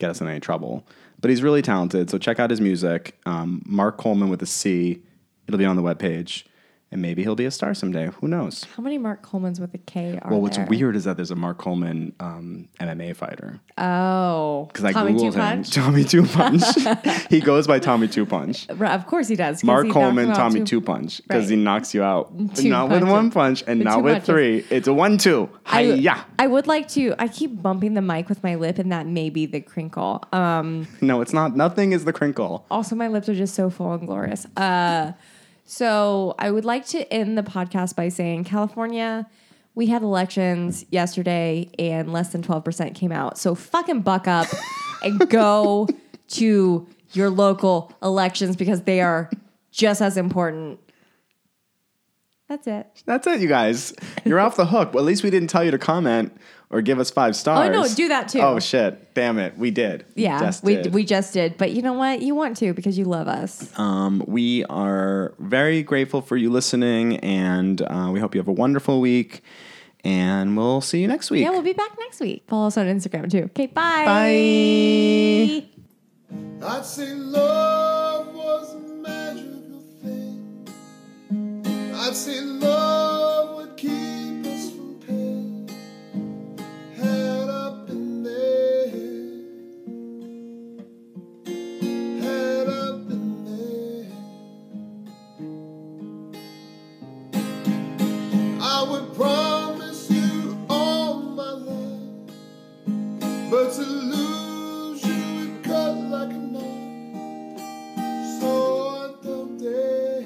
Speaker 4: get us in any trouble. But he's really talented. So check out his music. Um, Mark Coleman with a C. It'll be on the webpage. And maybe he'll be a star someday. Who knows?
Speaker 5: How many Mark Coleman's with a K are
Speaker 4: Well, what's
Speaker 5: there?
Speaker 4: weird is that there's a Mark Coleman um, MMA fighter
Speaker 5: Oh,
Speaker 4: because I
Speaker 5: Tommy
Speaker 4: googled
Speaker 5: Two
Speaker 4: him.
Speaker 5: Punch? [LAUGHS]
Speaker 4: Tommy Two Punch. [LAUGHS] he goes by Tommy Two Punch.
Speaker 5: Right, of course he does. 'cause
Speaker 4: Mark
Speaker 5: he knocked
Speaker 4: Coleman,
Speaker 5: him out
Speaker 4: Tommy
Speaker 5: too.
Speaker 4: Two Punch because he
Speaker 5: Right.
Speaker 4: knocks you out.
Speaker 5: Two
Speaker 4: not with
Speaker 5: punches.
Speaker 4: one punch and
Speaker 5: With
Speaker 4: not
Speaker 5: two
Speaker 4: with
Speaker 5: punches.
Speaker 4: three. It's a one-two.
Speaker 5: I,
Speaker 4: Hiya.
Speaker 5: I would like to. I keep bumping the mic with my lip, and that may be the crinkle. Um,
Speaker 4: No, it's not. Nothing is the crinkle.
Speaker 5: also, my lips are just so full and glorious. Uh, so, I would like to end the podcast by saying California, we had elections yesterday, and less than 12% came out. So, fucking buck up
Speaker 4: [LAUGHS]
Speaker 5: and go to your local elections because they are just as important. That's it.
Speaker 4: That's it, you guys. You're off the hook. Well, at least we didn't tell you to comment or give us five stars.
Speaker 5: no, do that too.
Speaker 4: Oh shit! Damn it, we did. We
Speaker 5: Yeah,
Speaker 4: just
Speaker 5: we,
Speaker 4: did.
Speaker 5: we just did. But you know what? You want to because you love us.
Speaker 4: Um, we are very grateful for you listening, and uh, we hope you have a wonderful week. And we'll see you next week.
Speaker 5: Yeah, we'll be back next week. Follow us on Instagram too. Okay,
Speaker 4: Bye.
Speaker 10: I'd say love was a magical thing. I'd say love would keep us from pain. Head up in there. Head up in there. I would promise you all my life. But to lose you would cut like a knife. So I don't dare.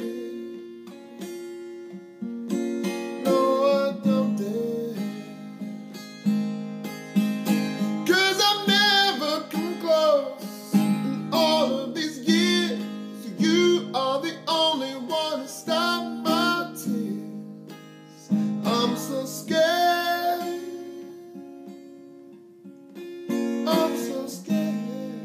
Speaker 10: No, I don't dare. Cause I've never come close in all of these years. You are the only one to stop my tears. I'm so scared. I'm so scared.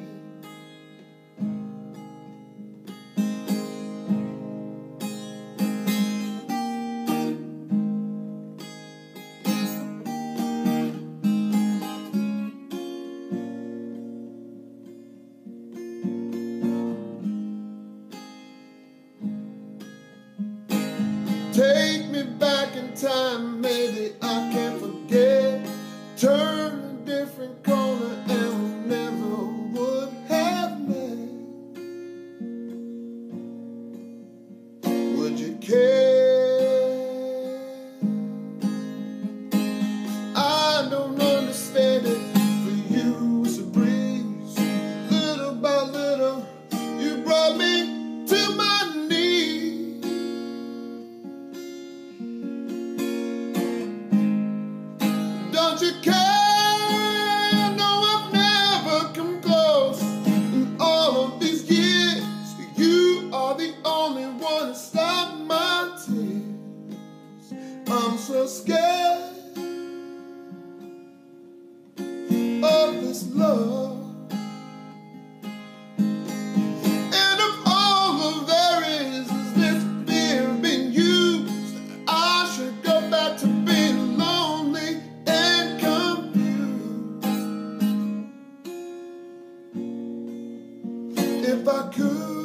Speaker 10: Take me back in time, maybe I can forget. Turn a different corner and we never would have met. Would you care? I don't understand it. For you it's a breeze. Little by little, you brought me to my knees. Don't you care? No, I've never come close in all of these years. You are the only one to stop my tears. I'm so scared of this love. And of all the variations this fear been used, I should go back to being lonely and confused. If I could.